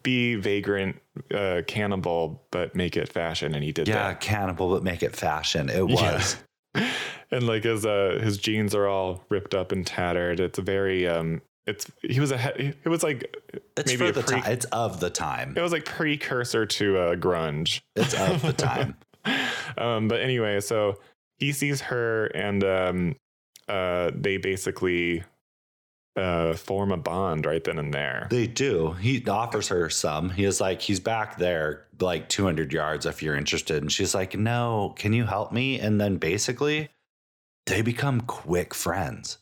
be vagrant uh cannibal but make it fashion and he did
Yeah,
that.
cannibal, but make it fashion. It was.
[LAUGHS] Yeah. [LAUGHS] and like his uh his jeans are all ripped up and tattered. It's very um it's he was a he- it was like
It's
Maybe
for
a
the
pre-
time. It's of
[LAUGHS]
the time.
it was like precursor to uh grunge.
It's of the time.
[LAUGHS] um, but anyway, so he sees her, and um, uh, they basically uh, form a bond right then and there.
They do. He offers her some. He is like, he's back there, like 200 yards if you're interested. And she's like, no, can you help me? And then basically, they become quick friends.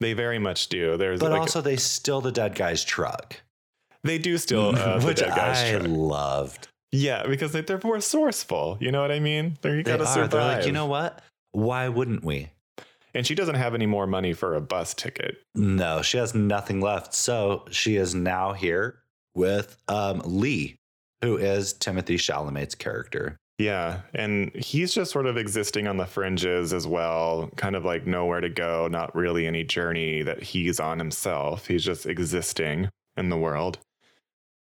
They very much do. There's
But
like,
also, they steal the dead guy's truck,
they do still uh,
[LAUGHS] which
the dead guy's
I
truck.
loved.
Yeah, because they, they're more sourceful. You know what I mean? They're, you
They
gotta
are.
survive.
They're like, you know what? Why wouldn't we?
And she doesn't have any more money for a bus ticket.
No, she has nothing left. So she is now here with um, Lee, who is Timothy Chalamet's character.
Yeah. And he's just sort of existing on the fringes as well, kind of like nowhere to go, not really any journey that he's on himself. He's just existing in the world.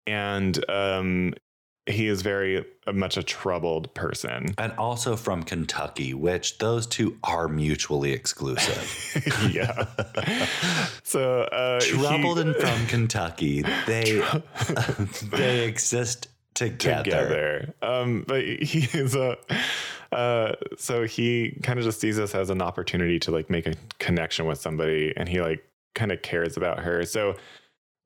And um, he is very uh, much a troubled person. [LAUGHS]
And also from Kentucky, which those two are mutually exclusive.
[LAUGHS] yeah. so uh,
[LAUGHS] Troubled
he- [LAUGHS]
and from Kentucky, they [LAUGHS] they exist together.
together. Um, but he is a. Uh, so he kind of just sees this as an opportunity to like make a connection with somebody, and he like kind of cares about her. So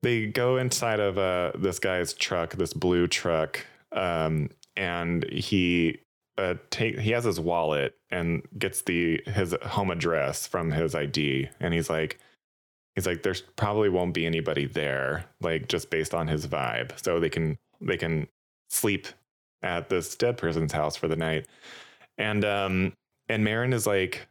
they go inside of uh, this guy's truck, this blue truck, um, and he uh, take he has his wallet and gets the his home address from his ID, and he's like. He's like, there's probably won't be anybody there, like just based on his vibe. So they can they can sleep at this dead person's house for the night. And um and Marin is like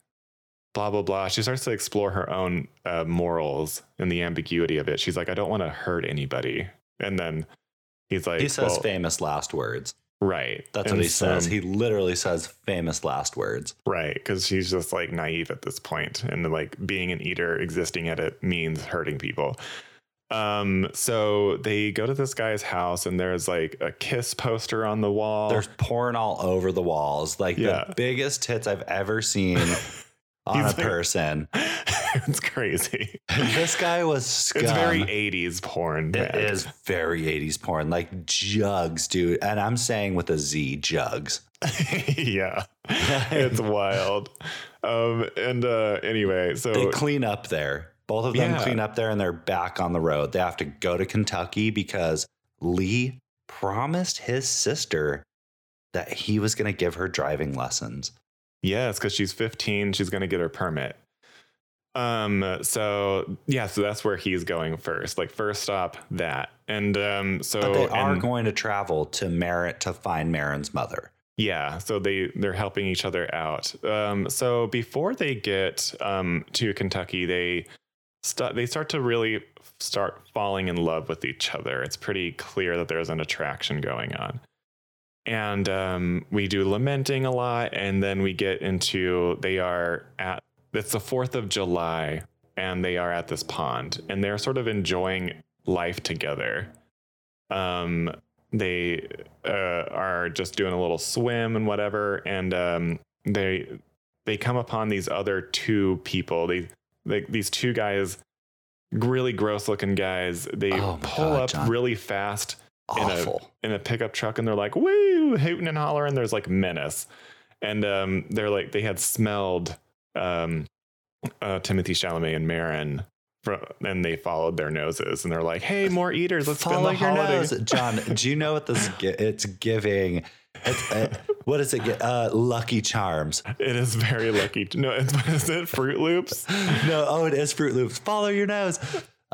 blah blah blah. She starts to explore her own uh, morals and the ambiguity of it. She's like, I don't want to hurt anybody. And then he's like,
He says
well,
famous last words.
right.
That's
And
what he says.
so-
He literally says famous last words.
right, because she's just like naive at this point, and like being an eater, existing at it means hurting people. Um, so they go to this guy's house, and there's like a kiss poster on the wall.
There's porn all over the walls. Like
Yeah.
the biggest tits I've
[LAUGHS]
ever seen on a
He's like-
person.
[LAUGHS] it's
[LAUGHS]
crazy.
This guy was scum.
[LAUGHS] It's very 80s porn.
It
man.
is very 80s porn, like jugs, dude. And I'm saying with a Z, jugs.
[LAUGHS]
[LAUGHS]
yeah. It's wild. Um and uh anyway, so
They clean up there. Both of them
Yeah.
clean up there and they're back on the road. They have to go to Kentucky because Lee promised his sister that he was going to give her driving lessons.
yes, cuz she's 15, she's going to get her permit. Um so yeah, so that's where he's going first. Like first stop that. And um so
But they are
and-
going to travel to Merritt to find Marin's mother.
yeah so they they're helping each other out um so before they get um to kentucky they start they start to really start falling in love with each other it's pretty clear that there's an attraction going on and um we do lamenting a lot and then we get into they are at it's the 4th of july and they are at this pond and they're sort of enjoying life together um they uh, are just doing a little swim and whatever, and um, they they come upon these other two people. They like these two guys, really gross looking guys. They
Oh my
pull
God,
up
John.
really fast in a,
Awful.
in a pickup truck, and they're like woo, hooting and hollering. There's like menace, and um, they're like they had smelled um, uh, Timothy Chalamet and Marin. fro- And they followed their noses, and they're like, "Hey, more eaters! Let's spend
Follow
the
your
holiday."
nose, John. Do you know what this? gi- It's giving. It's, uh, what is it? gi- Uh, Lucky Charms.
[LAUGHS] It is very lucky. To, no, it's, [LAUGHS] is it Fruit Loops?
[LAUGHS] No, oh, it is Fruit Loops. Follow your nose.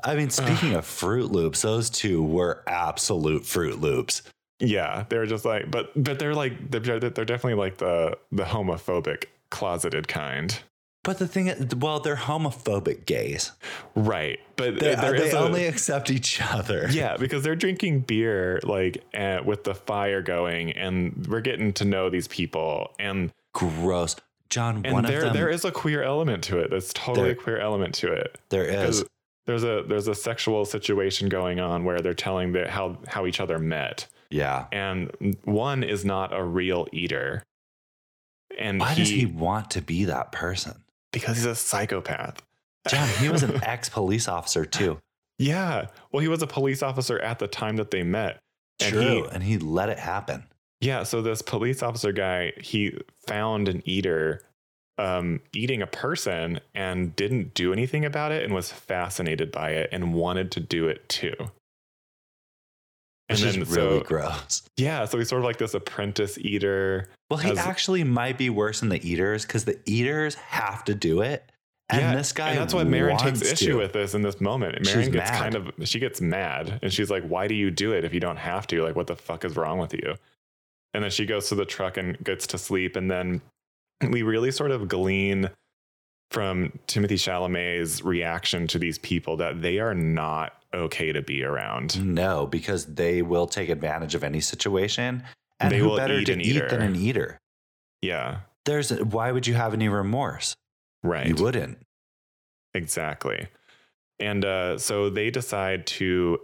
I mean, speaking of Fruit Loops, those two were absolute Fruit Loops.
Yeah, they're just like, but but they're like they're, they're definitely like the the homophobic closeted kind,
But the thing, is, well, they're homophobic gays.
right? But
They,
there
they
is a-
only accept each other.
yeah because they're drinking beer like uh, with the fire going, and we're getting to know these people, and
Gross, John.
and
one
there
of them.
there is a queer element to it. There's totally a
There-
queer element to it.
there
because
is.
There's a there's a sexual situation going on where they're telling the, how how each other met.
Yeah.
and one is not a real eater. And
Why
he,
does he want to be that person?
Because he's a psychopath.
John, he was an ex police officer too.
[LAUGHS] yeah. Well, he was a police officer at the time that they met. And
True.
he-
and he let it happen.
Yeah. So this police officer guy, he found an eater um, eating a person and didn't do anything about it, and was fascinated by it and wanted to do it too. And
Which is
then
really
so
gross.
yeah, so he's sort of like this apprentice eater.
Well, he
As-
actually might be worse than the eaters because the eaters have to do it, and this guy
that's what Marin takes
wants
issue
to.
with this in this moment.
She's
Marin gets
mad.
kind of she gets mad and she's like, "Why do you do it if you don't have to? Like, what the fuck is wrong with you?" And then she goes to the truck and gets to sleep. And then we really sort of glean from Timothy Chalamet's reaction to these people that they are not okay to be
Mm.
around.
No, because they will take advantage of any situation. And
They
who
will
better
eat
to
an
eat than
eater.
an eater?
Yeah,
There's why would you have any remorse?
right.
You wouldn't.
Exactly. And uh, so they decide to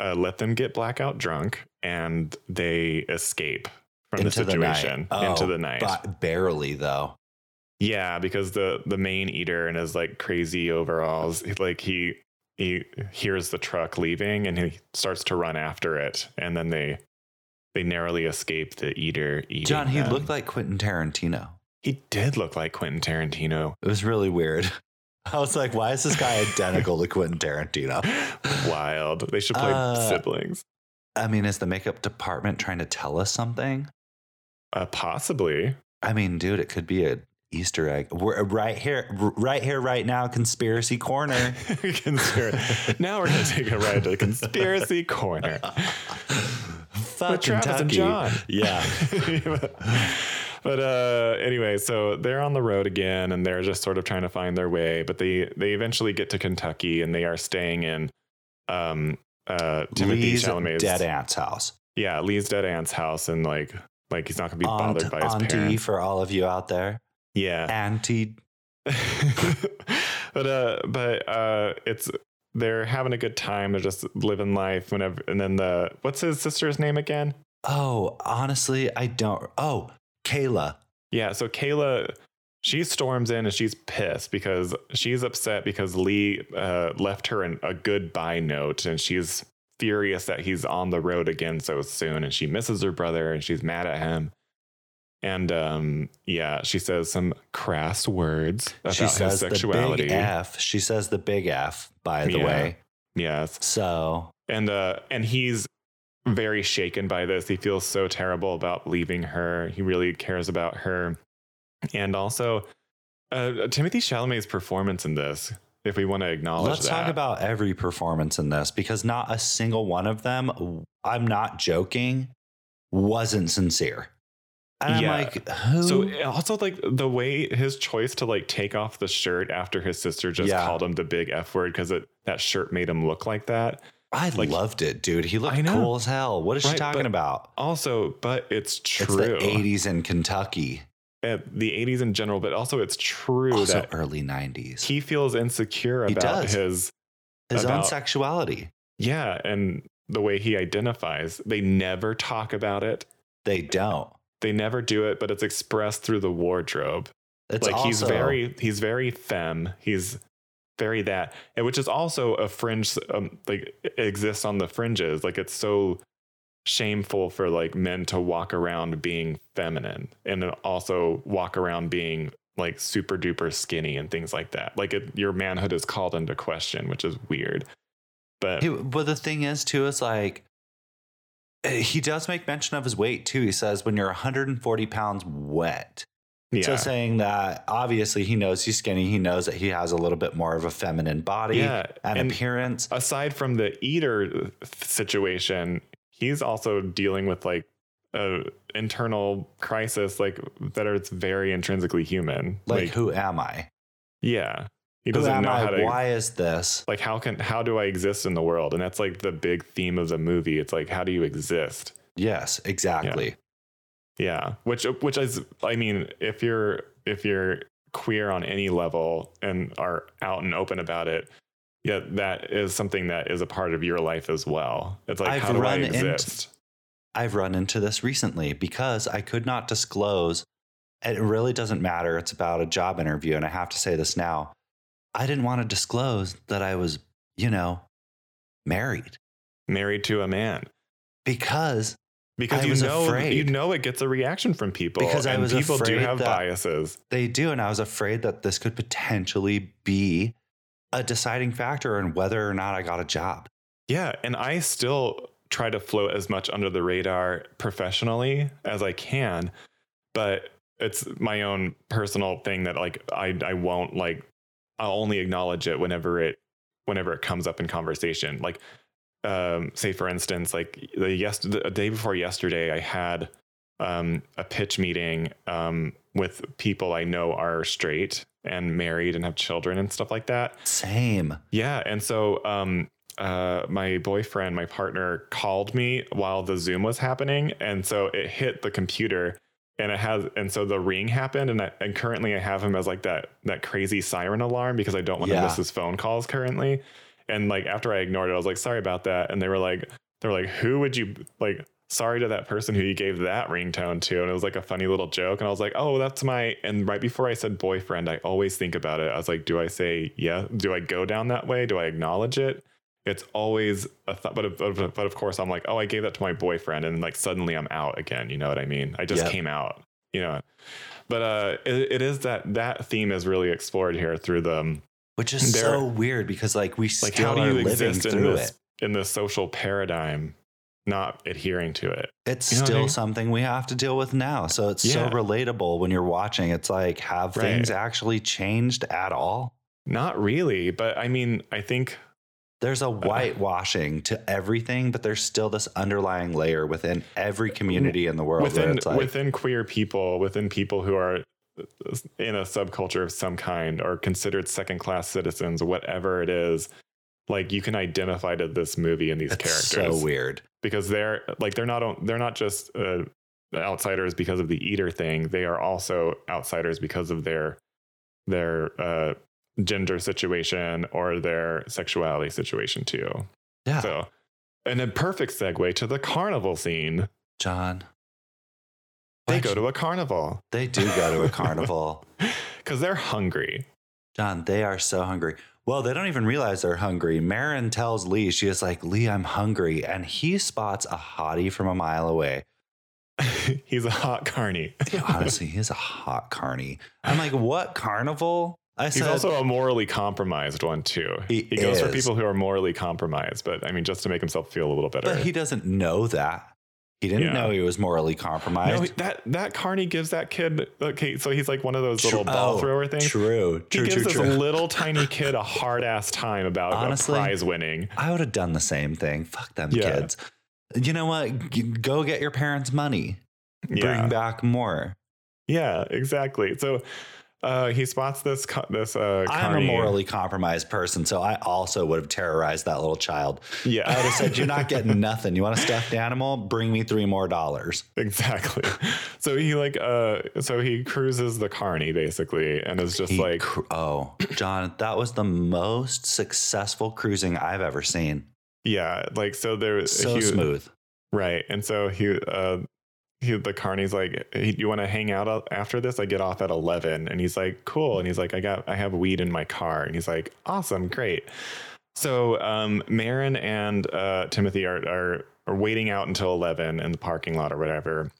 uh, let them get blackout drunk and they escape from
Into
the
the night.
situation
Oh,
into the night.
But barely though.
Yeah, because the the main eater in his like crazy overalls, he- like he he hears the truck leaving and he starts to run after it, and then they they narrowly escape the eater. Eating
John, he
them.
looked like Quentin Tarantino.
he did look like Quentin Tarantino.
It was really weird. [LAUGHS] I was like, why is this
[LAUGHS]
guy identical to Quentin Tarantino?
Wild. They should play
Uh,
siblings.
I mean, is the makeup department trying to tell us something?
Uh, possibly.
I mean, dude, it could be a Easter egg. We're uh, right here, right here, right now, conspiracy corner.
[LAUGHS] Conspira- now we're gonna take a ride to the conspiracy
[LAUGHS]
corner.
Fuck
with Travis and
Kentucky.
John. [LAUGHS]
Yeah.
but uh, anyway, so they're on the road again, and they're just sort of trying to find their way. But they they eventually get to Kentucky, and they are staying in um uh Timothy
Lee's
Chalamet's
dead aunt's house.
yeah Lee's dead aunt's house, and like like he's not gonna be
Aunt,
bothered by his
auntie
parents.
for all of you out there.
Yeah,
Auntie.
[LAUGHS] but uh but uh it's they're having a good time they're just living life whenever and then the what's his sister's name again
Oh, honestly, I don't. Oh, Kayla.
yeah so kayla she storms in and she's pissed because she's upset because lee uh left her an, a goodbye note and she's furious that he's on the road again so soon and she misses her brother and she's mad at him and um yeah she says some crass words about
she says
his
the
sexuality
big F. She says the big F, by the
Yeah.
way.
yes
So
and uh and he's very shaken by this he feels so terrible about leaving her he really cares about her and also uh timothy chalamet's performance in this if we want to acknowledge
Let's
that
talk about every performance in this because not a single one of them, I'm not joking, wasn't sincere. And
Yeah.
I'm like, who?
so and also like the way his choice to like take off the shirt after his sister just
Yeah.
called him the big f word because that shirt made him look like that
I
eh, like-
loved it, dude. He
I
looked
know.
cool as hell. What is
Right,
she talking
but
about?
also but it's true
It's the 80s in Kentucky,
Uh, the 80s in general but also it's true
also
that
early 90s.
he feels insecure
He
about
does.
his
His own
about-
sexuality.
Yeah, and the way he identifies, they never talk about it.
They don't.
They never do it, but it's expressed through the wardrobe.
It's
like he's
also-
very he's very femme. He's very that, and which is also a fringe um, like it exists on the fringes. Like it's so shameful for like men to walk around being feminine and then also walk around being like super duper skinny and things like that. Like it, your manhood is called into question, which is weird. But
He, but the thing is, too, is like eh, he does make mention of his weight, too. He says, when you're 140 pounds wet,
yeah.
So saying that obviously he knows he's skinny, he knows that he has a little bit more of a feminine body
yeah,
and,
and-
appearance.
aside from the eater situation, he's also dealing with like a internal crisis, like that are it's very intrinsically human.
Like, who am I?
yeah, he
Who
doesn't
am
know
I?
how to
Why is this?
like how can how do I exist in the world? And that's like the big theme of the movie. It's like how do you exist?
Yes, exactly.
Yeah, which which is I mean, if you're if you're queer on any level and are out and open about it. Yeah, that is something that is a part of your life as well. It's like,
I've
how do I
run into-
exist?
I've run into this recently because I could not disclose. It really doesn't matter. It's about a job interview, and I have to say this now. I didn't want to disclose that I was, you know, married
married to a man
because
because
I
you
was
know
afraid.
you know it gets a reaction from people
Because I
and
was
people do
afraid
have
that-
biases
They do. And I was afraid that this could potentially be a deciding factor in whether or not I got a job.
yeah and i still try to float as much under the radar professionally as i can but it's my own personal thing that like i i won't like i'll only acknowledge it whenever it whenever it comes up in conversation like um say for instance like the yes the day before yesterday i had um, a pitch meeting um, with people I know are straight and married and have children and stuff like that.
Same.
Yeah, and so um, uh, my boyfriend, my partner, called me while the Zoom was happening, and so it hit the computer, and it has, and so the ring happened, and I, and currently I have him as like that that crazy siren alarm because I don't want to
Yeah.
miss his phone calls currently, and like after I ignored it, I was like, sorry about that, and they were like, they were like, who would you like? Sorry to that person who you gave that ringtone to. And it was like a funny little joke. And I was like, oh, that's my. And right before I said boyfriend, I always think about it. I was like, do I say, yeah? Do I go down that way? Do I acknowledge it? It's always a thought. But, of- of- but of course, I'm like, oh, I gave that to my boyfriend. And like suddenly I'm out again. You know what I mean? I just
Yep.
came out, you know. But uh, it, it is that that theme is really explored here through the
Which is
There-
so weird because like we
like
still
how do
are
you
living
exist in
through
this
it.
in this social paradigm, not adhering to it.
It's
you know what I
still
mean?
something we have to deal with now. So it's
Yeah.
so relatable when you're watching. It's like, have
Right.
things actually changed at all?
Not really, but I mean, I think
There's a
Uh-huh.
whitewashing to everything, but there's still this underlying layer within every community in the world where
within
it's like,
within queer people, within people who are uh, in a subculture of some kind or considered second class citizens, whatever it is, like you can identify to this movie and these
it's
characters
so weird.
because they're like they're not on- they're not just uh, outsiders because of the eater thing. They are also outsiders because of their their uh, gender situation or their sexuality situation too.
Yeah,
So, and a perfect segue to the carnival scene.
John.
They
What?
go to a carnival
They do
[LAUGHS]
go to a carnival.
because they're hungry. [LAUGHS]
John, they are so hungry. Well, they don't even realize they're hungry. Marin tells Lee, she is like, Lee, I'm hungry. And he spots a hottie from a
[LAUGHS]
mile away.
He's a hot carny.
Honestly, he's a hot carny. I'm like, what carnival? I
He's
said,
also a morally compromised one too.
He
goes for
is.
people who are morally compromised, but I mean, just to make himself feel a little better.
but he doesn't know that. He didn't
Yeah.
know he was morally compromised.
no, he- that that carny gives that kid. Okay, so he's like one of those
True-
little ball
oh,
thrower things.
True, true,
he gives
true,
this
true.
little tiny kid a hard ass time about uh,
Honestly,
prize winning.
I would have done the same thing. Fuck them
Yeah.
kids. You know what? G- Go get your parents' money.
Yeah.
Bring back more.
Yeah, exactly. So uh, he spots this co- this uh,
I'm a
carny-
morally compromised person, so I also would have terrorized that little child.
Yeah,
I would have said, You're not getting nothing. You want a stuffed animal? Bring me three more dollars.
[LAUGHS] exactly. So he like uh, so he cruises the carny basically, and is just
He
like
cr- oh, John, that was the most successful cruising I've ever seen.
yeah, like so there
So
Uh, he-
smooth.
right, and so he uh. He, the carney's like, hey, you want to hang out a- after this? I get off at eleven, and he's like, cool. And he's like, I got, I have weed in my car, and he's like, awesome, great. So, um, Marin and uh, Timothy are, are are waiting out until eleven in the parking lot or whatever,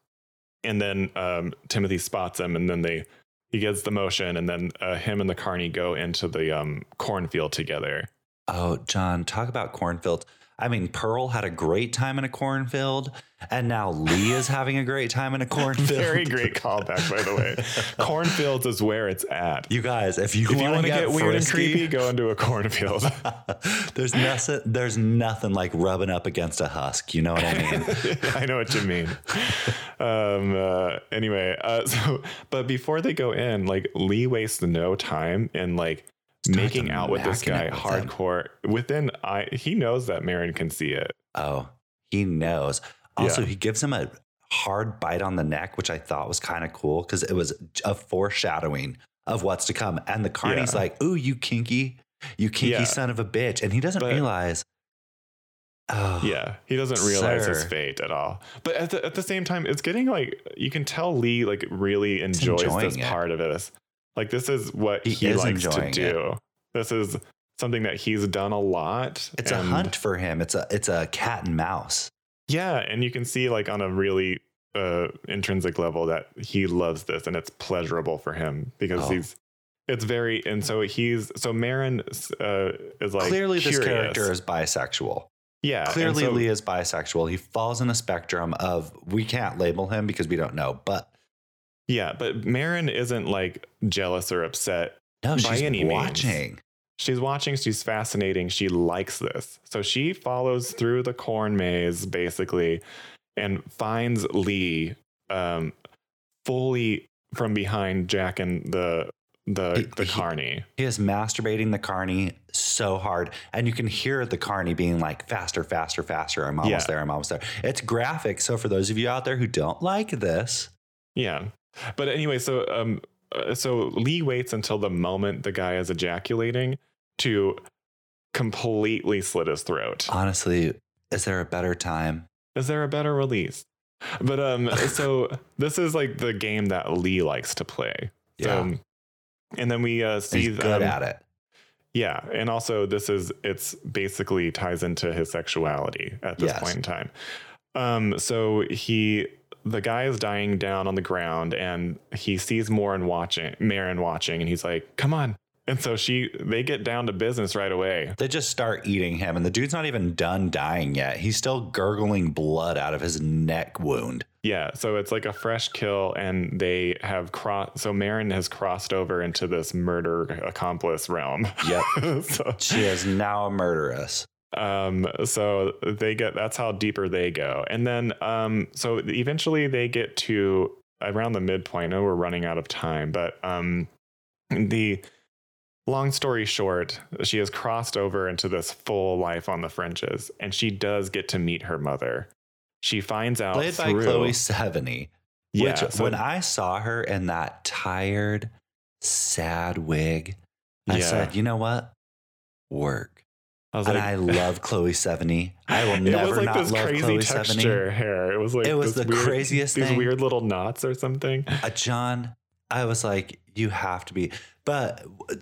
and then um, Timothy spots him, and then they he gets the motion, and then uh, him and the carney go into the um, cornfield together.
Oh, John, talk about cornfields. I mean, Pearl had a great time in a cornfield, and now Lee is having a great time in a
[LAUGHS]
cornfield.
Very great callback, by the way. Cornfields is where it's at.
You guys, if you,
if you
want to
get, weird and creepy, go into a [LAUGHS] cornfield.
[LAUGHS] there's nothing. There's nothing like rubbing up against a husk. You know what I mean?
[LAUGHS] I know what you
[LAUGHS]
mean. um, uh, anyway, uh, [LAUGHS] so but before they go in, like Lee wastes no time in like
Starts
making out with this
macking
guy
it with him.
hardcore. Within I, he knows that Marin can see it.
Oh, he knows. Also,
Yeah.
he gives him a hard bite on the neck, which I thought was kind of cool because it was a foreshadowing of what's to come. And the carney's
Yeah.
like, "Ooh, you kinky, you kinky
Yeah.
son of a bitch," and he doesn't
But-
realize. Oh,
Yeah, he doesn't realize his
Sir.
fate at all. But at the, at the same time, it's getting like you can tell Lee like really enjoys
enjoying
this
it.
part of it. Like this is what
He
he,
is
likes to
enjoying
do. This is something that he's done a lot.
it's a
and-
hunt for him. It's a it's a cat and mouse.
Yeah, and you can see like on a really uh, intrinsic level that he loves this and it's pleasurable for him because
Oh.
he's it's very and so he's so Marin uh, is like
Clearly, this
curious.
character is bisexual.
yeah and
Clearly,
so-
Lee is bisexual. He falls in a spectrum of we can't label him because we don't know. But
yeah but Marin isn't like jealous or upset By
no, she's
any means.
watching.
She's watching, she's fascinating, she likes this. So she follows through the corn maze basically and finds Lee um, fully from behind Jack and the the
He-
the
he-
carney.
He is masturbating the carny so hard, and you can hear the carny being like, "Faster, faster, faster! I'm almost
Yeah.
there! I'm almost there!" It's graphic. So for those of you out there who don't like this,
Yeah, but anyway, so um, uh, so Lee waits until the moment the guy is ejaculating to completely slit his throat.
honestly, is there a better time?
Is there a better release? But
[LAUGHS]
um, so this is like the game that Lee likes to play.
Yeah,
Um, and then we uh, see
he's
um,
good at it.
Yeah, and also this is it's basically ties into his sexuality at this
Yes.
point in time. Um, so he the guy is dying down on the ground, and he sees Morin watching, Marin watching, and he's like, "Come on!" And so she they get down to business right away.
They just start eating him, and the dude's not even done dying yet. He's still gurgling blood out of his neck wound.
Yeah, so it's like a fresh kill, and they have cross. So Marin has crossed over into this murder accomplice realm. [LAUGHS]
Yep,
so,
she is now a murderess.
um so they get that's how deeper they go and then um so eventually they get to around the midpoint i know we're running out of time but um the long story short she has crossed over into this full life on the fringes and she does get to meet her mother she finds out
Played by
through,
Chloe Sevigny.
Oh, yeah,
Which,
so-
when I saw her in that tired, sad wig, I
Yeah.
said, you know what? Work.
I was
And
like-
I love Chloe Sevigny. I
[LAUGHS]
will
it
never
was like
not
this
love
crazy
Chloe
texture
Sevigny.
hair it was like
It was
this
the
weird-
craziest
these
thing.
weird little knots or something
Uh, John, I was like, you have to be. But w-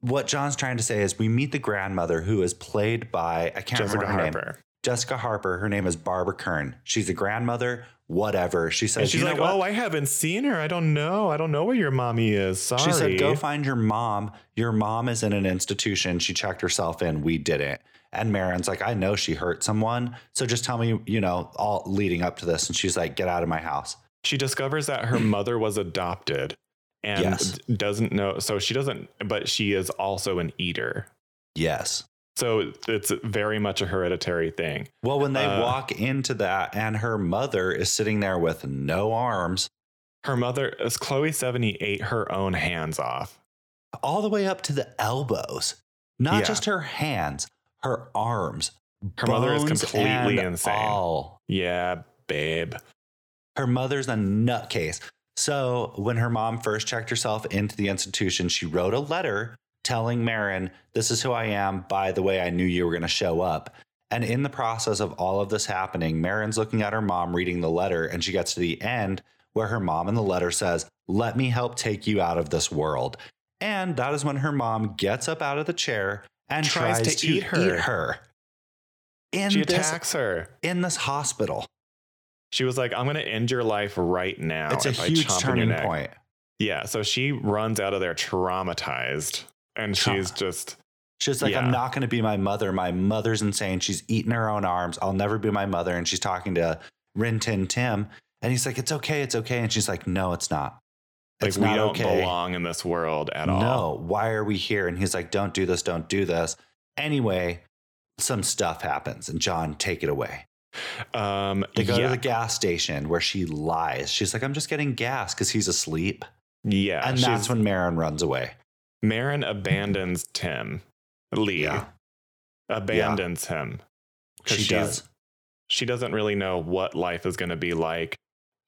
what John's trying to say is we meet the grandmother who is played by, I can't
jessica
remember her name.
harper
Jessica Harper. Her name is Barbara Kern. She's a grandmother, whatever. She says,
And she's
you know
like,
what?
"Oh, I haven't seen her. I don't know. I don't know where your mommy is. Sorry."
She said, "Go find your mom. Your mom is in an institution. She checked herself in. We didn't." And Marin's like, "I know she hurt someone, so just tell me, you know, all leading up to this." And she's like, "Get out of my house."
she discovers that
[CLEARS THROAT]
her mother was adopted and
Yes.
d- doesn't know. So she doesn't, but she is also an eater.
Yes.
So it's very much a hereditary thing.
Well, when they
Uh,
walk into that, and her mother is sitting there with no arms,
Her mother, as Chloe seventy ate her own hands off.
all the way up to the elbows, not
Yeah.
just her hands, her arms.
Her mother is
bones
completely
and
insane.
all.
Yeah, babe.
her mother's a nutcase. So when her mom first checked herself into the institution, she wrote a letter telling Marin, This is who I am. By the way, I knew you were going to show up. And in the process of all of this happening, Marin's looking at her mom reading the letter, and she gets to the end where her mom in the letter says, Let me help take you out of this world. And that is when her mom gets up out of the chair and tries, to, eat, her. in,
She
this,
attacks her.
in this hospital.
She was like, "I'm going to end your life right now."
it's a
by
huge
chomping your
turning
neck."
point.
Yeah. So she runs out of there traumatized, and
Tra-
she's just
She's like,
Yeah.
I'm not going to be my mother. My mother's insane. She's eating her own arms. I'll never be my mother. And she's talking to Rin Tin Tim. And he's like, It's okay. It's okay. And she's like, No, it's not.
like
It's
we
not
don't
okay.
belong in this world at all.
No, why are we here? And he's like, Don't do this. Don't do this. Anyway, some stuff happens. And John, take it away.
Um,
They go to
yeah,
the gas station where she lies. She's like, I'm just getting gas because he's asleep.
yeah.
and
she's-
that's when Marin runs away.
Marin abandons Tim. Lee
Yeah.
abandons him. 'Cause
She
she's-
does.
She doesn't really know what life is going to be like.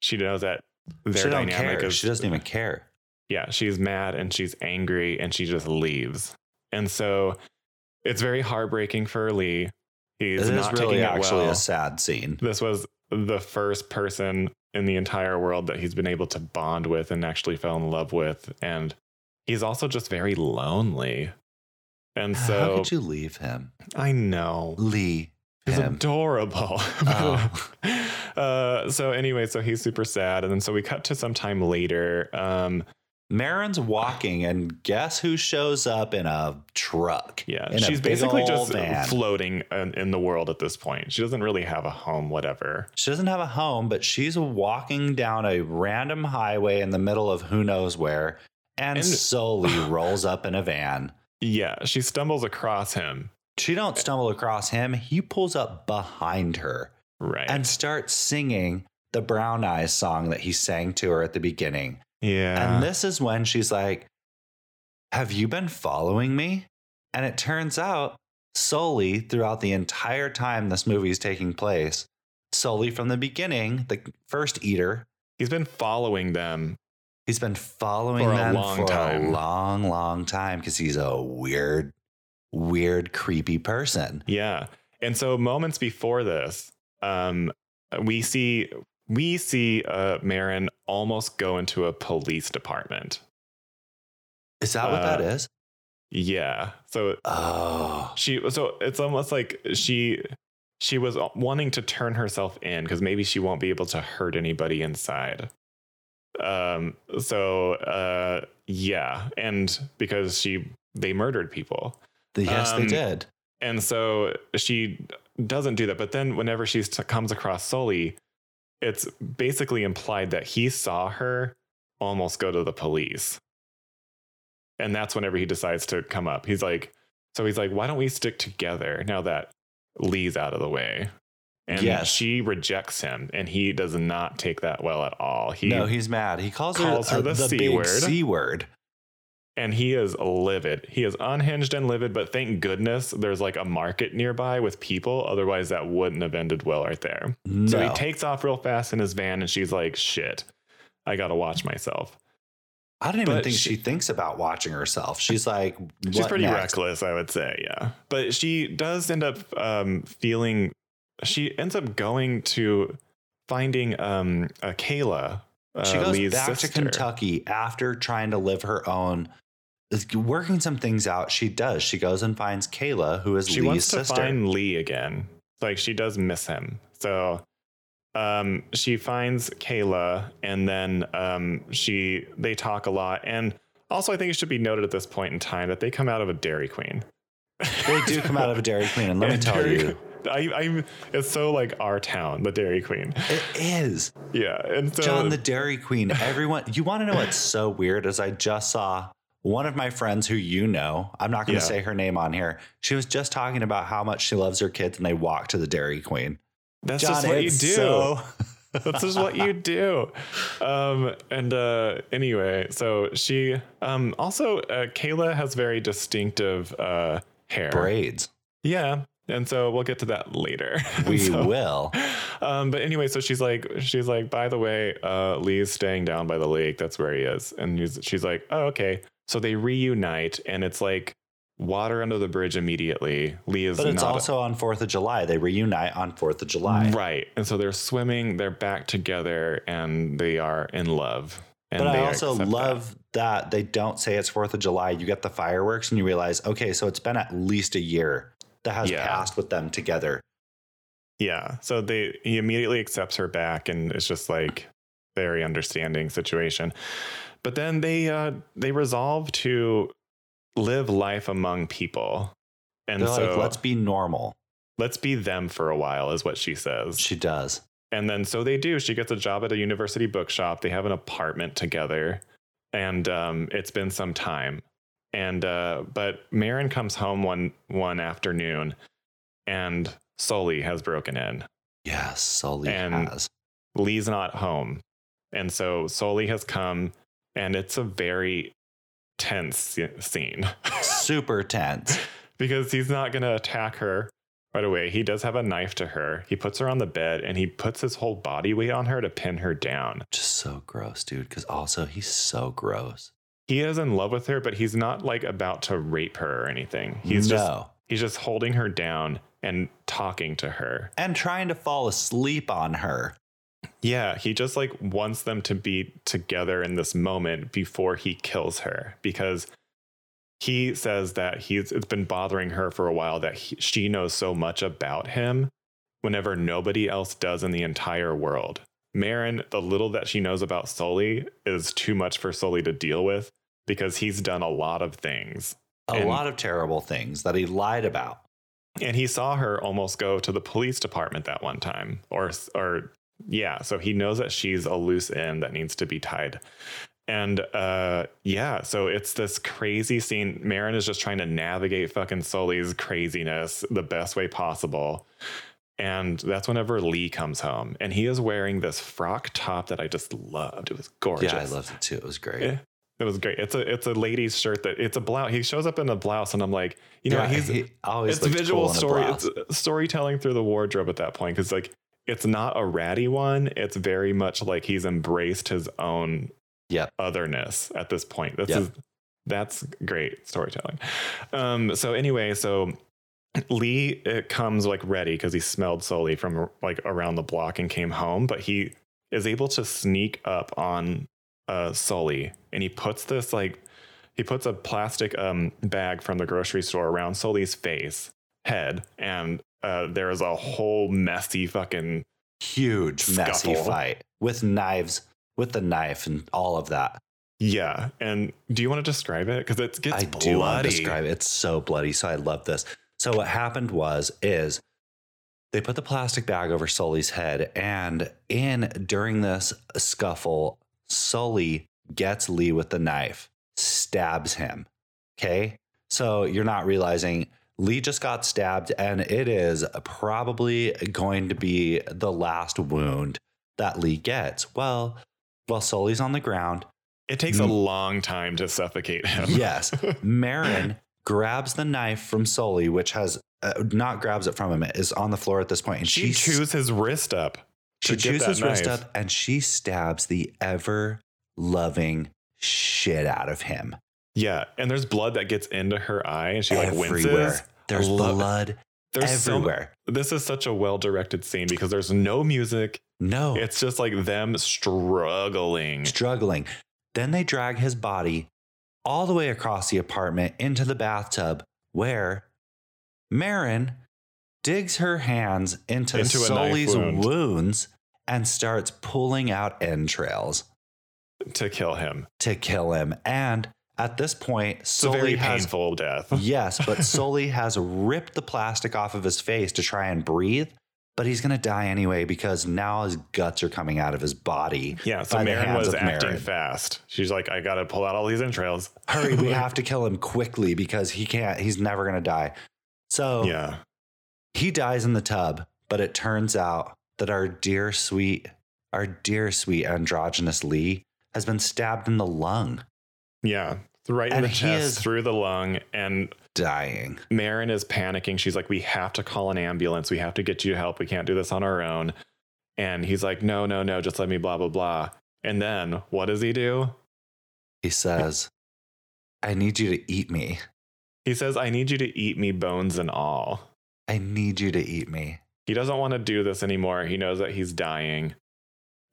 She knows that their
She don't
dynamic
care.
is.
She doesn't even care.
yeah, she's mad and she's angry and she just leaves. And so it's very heartbreaking for Lee. He's
This is
not
really
taking
actually
it well.
a sad scene.
this was the first person in the entire world that he's been able to bond with and actually fell in love with and he's also just very lonely and
How
so
could you leave him?
i know
Lee
he's
him.
adorable [LAUGHS]
Oh.
uh, so anyway so he's super sad and then so we cut to some time later um,
Marin's walking, and guess who shows up in a truck?
yeah
In a
she's
big
basically
ol'
just
van.
floating in, in the world at this point she doesn't really have a home whatever
She doesn't have a home, but she's walking down a random highway in the middle of who knows where, and,
And- [LAUGHS]
solely rolls up in a van.
yeah she stumbles across him
She don't stumble across him. He pulls up behind her
right
and starts singing the Brown Eyes song that he sang to her at the beginning.
Yeah.
And this is when she's like, Have you been following me? And it turns out, solely throughout the entire time this movie is taking place, solely from the beginning, the first eater,
He's been following them.
he's been following
For a
them
long
for a
time.
long, long time because he's a weird, weird, creepy person.
Yeah. And so moments before this, um, we see we see uh Marin almost go into a police department.
Is that what
Uh,
that is?
Yeah. So
Oh,
she so it's almost like she she was wanting to turn herself in because maybe she won't be able to hurt anybody inside um so uh yeah and because she they murdered people
yes, they
um,
did.
and so she doesn't do that but then whenever she comes across soli it's basically implied that he saw her almost go to the police and that's whenever he decides to come up he's like so he's like why don't we stick together now that lee's out of the way and
Yes.
she rejects him and he does not take that well at all he
no, he's mad. He calls,
calls
her,
her the
uh, the,
C
big
word.
C word.
and he is livid. He is unhinged and livid, but thank goodness there's like a market nearby with people. Otherwise, that wouldn't have ended well right there.
No.
So he takes off real fast in his van, and she's like, shit, I gotta watch myself.
I don't even
But
think she,
she-
thinks about watching herself. She's like,
She's
"What
pretty
next?"
reckless, I would say, yeah. But she does end up um, feeling, she ends up going to finding um, uh, Kayla. Uh,
She goes
Lee's
back to
sister.
Kentucky after trying to live her own, working some things out. She does. She goes and finds Kayla, who is
she
Lee's
wants to
sister.
find Lee again. Like she does miss him. So um she finds Kayla and then um she they talk a lot and also I think it should be noted at this point in time that they come out of a Dairy Queen.
[LAUGHS] they do come out of a Dairy Queen, and
[LAUGHS]
let me
And
tell
Dairy
you,
Queen- I, I'm it's so like our town, the Dairy Queen.
it is
Yeah. And [LAUGHS] so
John the Dairy Queen. Everyone, you want to know what's so weird? Is I just saw one of my friends who you know. I'm not going to
Yeah.
say her name on here. She was just talking about how much she loves her kids, and they walk to the Dairy Queen.
that's just what you do.
it's so-
[LAUGHS] That's just what you do. Um, and uh, anyway, so she um, also uh, Kayla has very distinctive uh, hair.
braids.
Yeah, and so we'll get to that later. [LAUGHS]
[LAUGHS] We
So- [LAUGHS]
will.
Um, but anyway, so she's like, she's like, by the way, uh, Lee's staying down by the lake. That's where he is. And he's, she's like, oh, okay. So they reunite, and it's like water under the bridge immediately. Lee is
But it's
not
also on 4th of July. They reunite on 4th of July.
Right. And so they're swimming, they're back together, and they are in love. And
But I
they
also
accept that.
love that. they don't say it's 4th of July. You get the fireworks and you realize, okay, so it's been at least a year that has
Yeah.
passed with them together.
Yeah. So they he immediately accepts her back and it's just like very understanding situation. But then they uh they resolve to live life among people. And
They're
so
like, let's
let's,
be normal.
let's be them for a while is what she says.
She does.
And then so they do. She gets a job at a university bookshop. They have an apartment together, and um, it's been some time. And uh, but Marin comes home one one afternoon, and Sully has broken in.
Yes, Sully
And-
has.
Lee's not home, and so Sully has come, and it's a very tense sce- scene [LAUGHS]
Super tense.
because he's not going to attack her right away. He does have a knife to her. He puts her on the bed, and he puts his whole body weight on her to pin her down.
Just so gross, dude. Because also, he's so gross.
he is in love with her, but he's not like about to rape her or anything. He's
no.
just he's just holding her down and talking to her.
and trying to fall asleep on her.
Yeah, he just like wants them to be together in this moment before he kills her because he says that he's it's been bothering her for a while that he, she knows so much about him whenever nobody else does in the entire world. Marin, the little that she knows about Sully is too much for Sully to deal with because he's done a lot of things.
A
And-
lot of terrible things that he lied about.
And he saw her almost go to the police department that one time, or or yeah. So he knows that she's a loose end that needs to be tied. And uh, yeah, so it's this crazy scene. Marin is just trying to navigate fucking Sully's craziness the best way possible, And that's whenever Lee comes home, and he is wearing this frock top that I just loved. It was gorgeous.
Yeah, I loved it too. It was great.
Yeah. It was great. It's a it's a lady's shirt that it's a blouse. He shows up in a blouse, and I'm like, you know,
Yeah,
he's
he always
it's
looked
visual
cool in a
story.
blouse.
It's uh, storytelling through the wardrobe at that point because like it's not a ratty one. It's very much like he's embraced his own
Yep.
otherness at this point. That's
Yep.
his- that's great storytelling. Um, so anyway, so Lee it comes like ready because he smelled Sully from like around the block and came home, but he is able to sneak up on uh, Sully and he puts this like he puts a plastic um, bag from the grocery store around Sully's face head and uh, there is a whole messy fucking
huge messy
Scuffle.
fight with knives, with the knife and all of that.
yeah and do you want to describe it because it gets
I do want
bloody
to describe it. It's so bloody. So I love this. So what happened was is they put the plastic bag over Sully's head, and in during this scuffle, Sully gets Lee with the knife, stabs him. Okay, so you're not realizing Lee just got stabbed, and it is probably going to be the last wound that Lee gets. Well, while Sully's on the ground,
It takes a
Mm.
long time to suffocate him.
yes,
[LAUGHS]
Marin grabs the knife from Sully, which has uh, not grabs it from him, is on the floor at this point, and
she
she,
chews his wrist up. to
she
get
chews
that
his wrist
knife.
up, and she stabs the ever loving shit out of him
Yeah, and there's blood that gets into her eye, and she like
everywhere.
winces.
There's
love it.
blood
There's so-
everywhere.
this is such a well directed scene because there's no music.
no,
It's just like them struggling.
struggling. Then they drag his body all the way across the apartment into the bathtub, where Marin digs her hands into,
Into a knife
Sully's
wound.
wounds and starts pulling out entrails
to kill him.
to kill him. And at this point,
It's a very
Sully has
painful [LAUGHS] death.
[LAUGHS] yes, but Sully has ripped the plastic off of his face to try and breathe. But he's gonna die anyway because now his guts are coming out of his body.
Yeah, so
by the
Marin
hands
was
of
acting
Marin.
fast. She's like, I gotta pull out all these entrails. [LAUGHS]
hurry, we have to kill him quickly because he can't, he's never going to die. So
Yeah.
he dies in the tub, but it turns out that our dear, sweet, our dear, sweet androgynous Lee has been stabbed in the lung,
Yeah. Right in
And
the
he
chest,
is-
through the lung, and
dying.
Marin is panicking. She's like, We have to call an ambulance. We have to get you help. We can't do this on our own. And he's like, No, no, no, just let me blah, blah, blah. And then what does he do?
He says, I need you to eat me.
He says, I need you to eat me bones and all.
I need you to eat me.
He doesn't want to do this anymore. He knows that he's dying.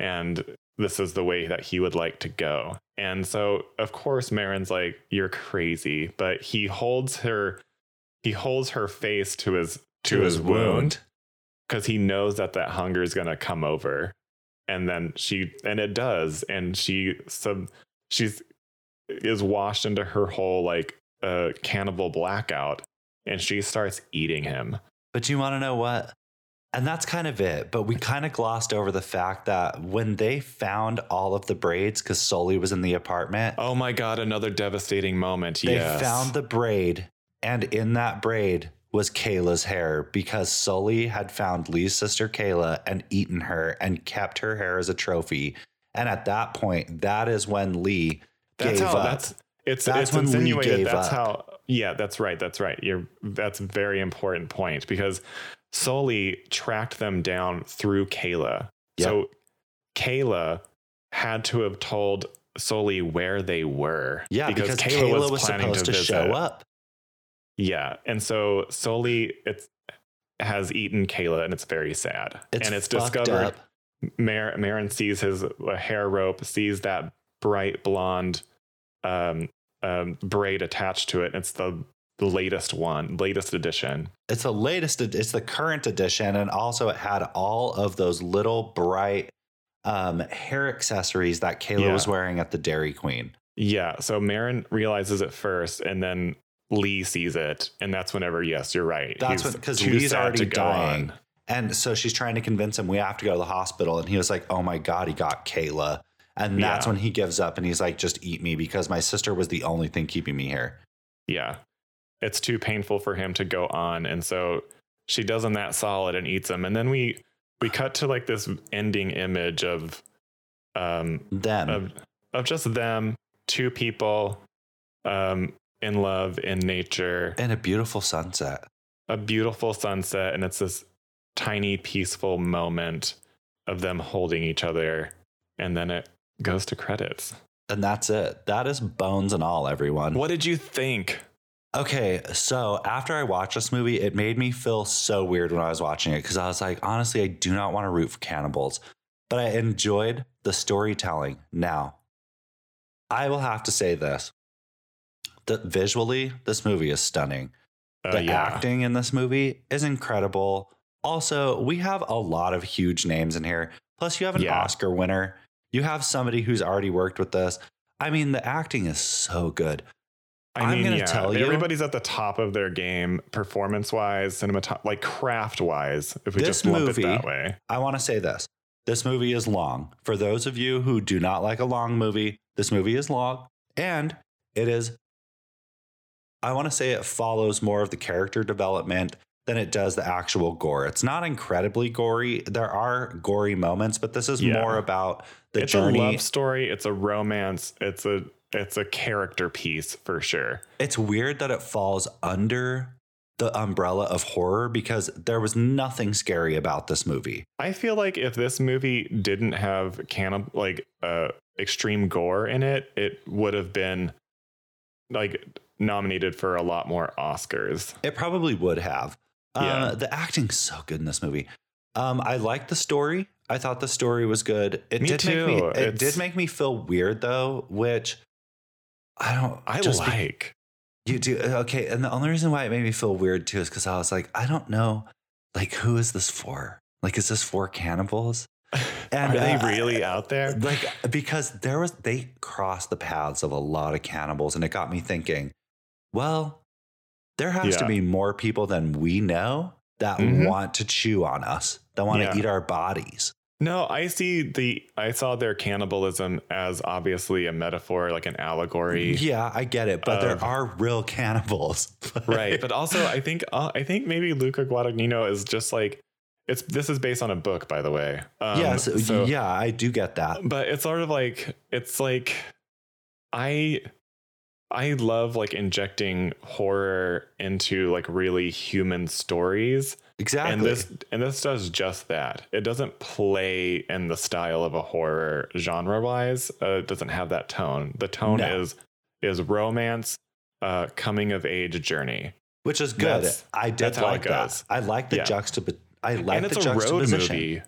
And this is the way that he would like to go. And so, of course, Marin's like, You're crazy. But he holds her, he holds her face to his, to his wound. because he knows that that hunger is going to come over and then she and it does and she sub she's is washed into her whole like uh cannibal blackout and she starts eating him
But you want to know what? And that's kind of it. But we kind of glossed over the fact that when they found all of the braids, because Sully was in the apartment,
oh my god another devastating moment
They
yes
found the braid, and in that braid was Kayla's hair because Sully had found Lee's sister Kayla and eaten her and kept her hair as a trophy. And at that point, that is when Lee
that's
gave
how
up.
that's it's
That's
it's
when Lee
insinuated
gave
that's
up.
how yeah that's right that's right you're that's a very important point because Sully tracked them down through Kayla so Kayla had to have told Sully where they were
yeah, because, Kayla, was, supposed to, show
visit.
up.
yeah and so Sully it's has eaten Kayla and it's very sad
It's
and it's
fucked
discovered
up.
Mar- Marin sees his uh, hair rope, sees that bright blonde um, um, braid attached to it. It's the latest one, latest edition.
It's the latest. ed- It's the current edition, and also it had all of those little bright um, hair accessories that Kayla
Yeah.
was wearing at the Dairy Queen.
Yeah. So Marin realizes it first, and then Lee sees it, and that's whenever. Yes, you're right.
That's
He's
when- 'cause
too
Lee's
sad
already
to go
dying.
on.
And so she's trying to convince him we have to go to the hospital. And he was like, Oh my God, he got Kayla. And that's
Yeah.
when he gives up and he's like, Just eat me because my sister was the only thing keeping me here.
Yeah. It's too painful for him to go on, and so she does them that solid and eats them. And then we we cut to like this ending image of um
Them.
of of just them, two people um in love in nature,
and a beautiful sunset.
a beautiful sunset, and it's this tiny peaceful moment of them holding each other and then it goes to credits.
And that's it. That is bones and all, everyone.
What did you think?
Okay, so after I watched this movie, it made me feel so weird when I was watching it because I was like, honestly, I do not want to root for cannibals, but I enjoyed the storytelling. Now, I will have to say this that visually, this movie is stunning.
Uh,
the acting in this movie is incredible. Also, we have a lot of huge names in here. Plus, you have an
Yeah.
Oscar winner. You have somebody who's already worked with this. I mean, the acting is so good.
I
I'm
mean,
gonna
yeah,
tell you-
everybody's at the top of their game, performance wise, cinematography, like craft wise. If we
This
just lump
movie-
it that way,
I want to say this. This movie is long. For those of you who do not like a long movie, this movie is long and it is I want to say it follows more of the character development than it does the actual gore. It's not incredibly gory. There are gory moments, but this is
Yeah.
more about the
it's
journey.
a love story, it's a romance, it's a it's a character piece for sure.
it's weird that it falls under the umbrella of horror because there was nothing scary about this movie.
I feel like if this movie didn't have cannibal like uh extreme gore in it, it would have been like nominated for a lot more Oscars.
It probably would have. Uh,
Yeah.
the acting's so good in this movie. Um, I liked the story. I thought the story was good. It
Me
did make me.
too.
It
It's-
did make me feel weird though, which I don't.
I
just be-
like
you do Uh, okay. And the only reason why it made me feel weird too is because I was like, I don't know, like who is this for? Like, is this for cannibals?
[LAUGHS]
And
Are
uh,
they really out there?
like because there was they crossed the paths of a lot of cannibals and it got me thinking well there has to
Yeah.
be more people than we know that
Mhm.
want to chew on us that want
Yeah.
to eat our bodies
No, I see the I saw their cannibalism as obviously a metaphor, like an allegory.
yeah i get it but
Of-
there are real cannibals
Um,
[LAUGHS]
Right. But also I think uh, I think maybe Luca Guadagnino is just like it's this is based on a book by the way. Um,
yes
so- Um,
yeah i do get that
But it's sort of like it's like I I love like injecting horror into like really human stories.
exactly
And this and this does just that. It doesn't play in the style of a horror genre wise. Uh, it doesn't have that tone. The tone
No.
is is romance, uh, coming of age journey,
which is good
that's-
i did
that's how it
like that
goes.
i like the
Yeah.
juxtap i like
and
the
it's a road
juxtaposition
movie.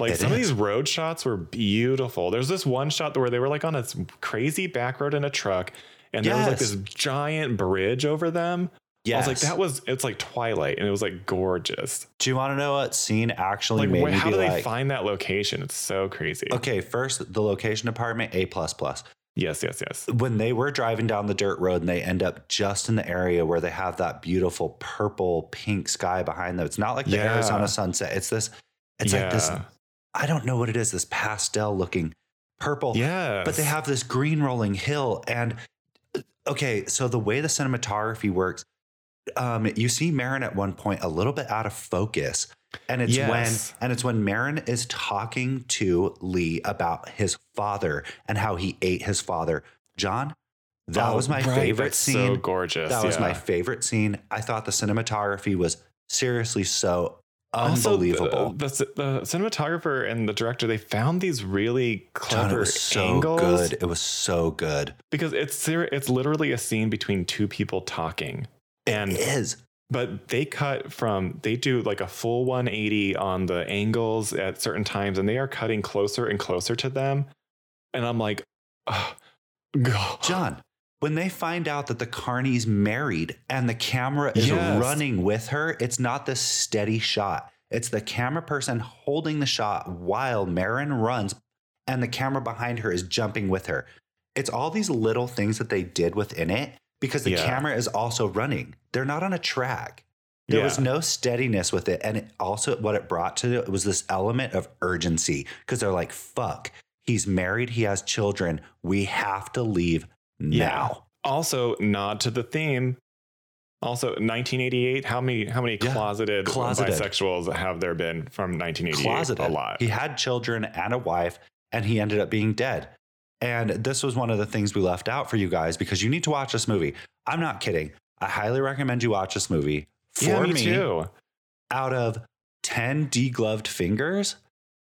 Like
It
some
is.
of these road shots were beautiful. There's this one shot where they were like on a s- crazy back road in a truck, and there was like
Yes.
this giant bridge over them.
yes
I was like, that was it's like Twilight, and it was like gorgeous.
do you want to know what scene actually
Like,
made
wh-
me
how
be
do they
like
find that location? It's so crazy.
Okay, first the location department A plus plus.
Yes, yes, yes.
When they were driving down the dirt road and they end up just in the area where they have that beautiful purple pink sky behind them. It's not like the
Yeah.
Arizona sunset. It's this. It's like this.
Yeah.
I don't know what it is. This pastel looking purple.
Yes.
But they have this green rolling hill and uh, okay, so the way the cinematography works, um, you see Marin at one point a little bit out of focus. And it's
Yes.
when and it's when Marin is talking to Lee about his father and how he ate his father. John, that
Oh,
was my
right,
favorite
that's So
scene.
gorgeous.
that was
yeah.
my favorite scene. I thought the cinematography was seriously so
Also, the-
unbelievable.
the, the cinematographer and the director they found these really uh,
John, it
clever
was so
angles
good. It was so good.
because it's ser- it's literally a scene between two people talking. And
It is.
but they cut from they do like a full 180 on the angles at certain times and they are cutting closer and closer to them. And I'm like, oh, God. [GASPS]
John, when they find out that the Carney's married and the camera is
Yes.
running with her, it's not this steady shot. It's the camera person holding the shot while Marin runs and the camera behind her is jumping with her. It's all these little things that they did within it because the
Yeah.
camera is also running. They're not on a track. There was
Yeah.
no steadiness with it. And it also, what it brought to it was this element of urgency because they're like, fuck, he's married, he has children. We have to leave
Yeah.
now.
also nod to the theme Also, 1988. How many how many
Yeah,
closeted,
closeted.
bisexuals have there been from 1988?
closeted.
A lot.
He had children and a wife, and he ended up being dead. And this was one of the things we left out for you guys because you need to watch this movie. I'm not kidding. I highly recommend you watch this movie. For
yeah, me, too.
out of 10 degloved fingers,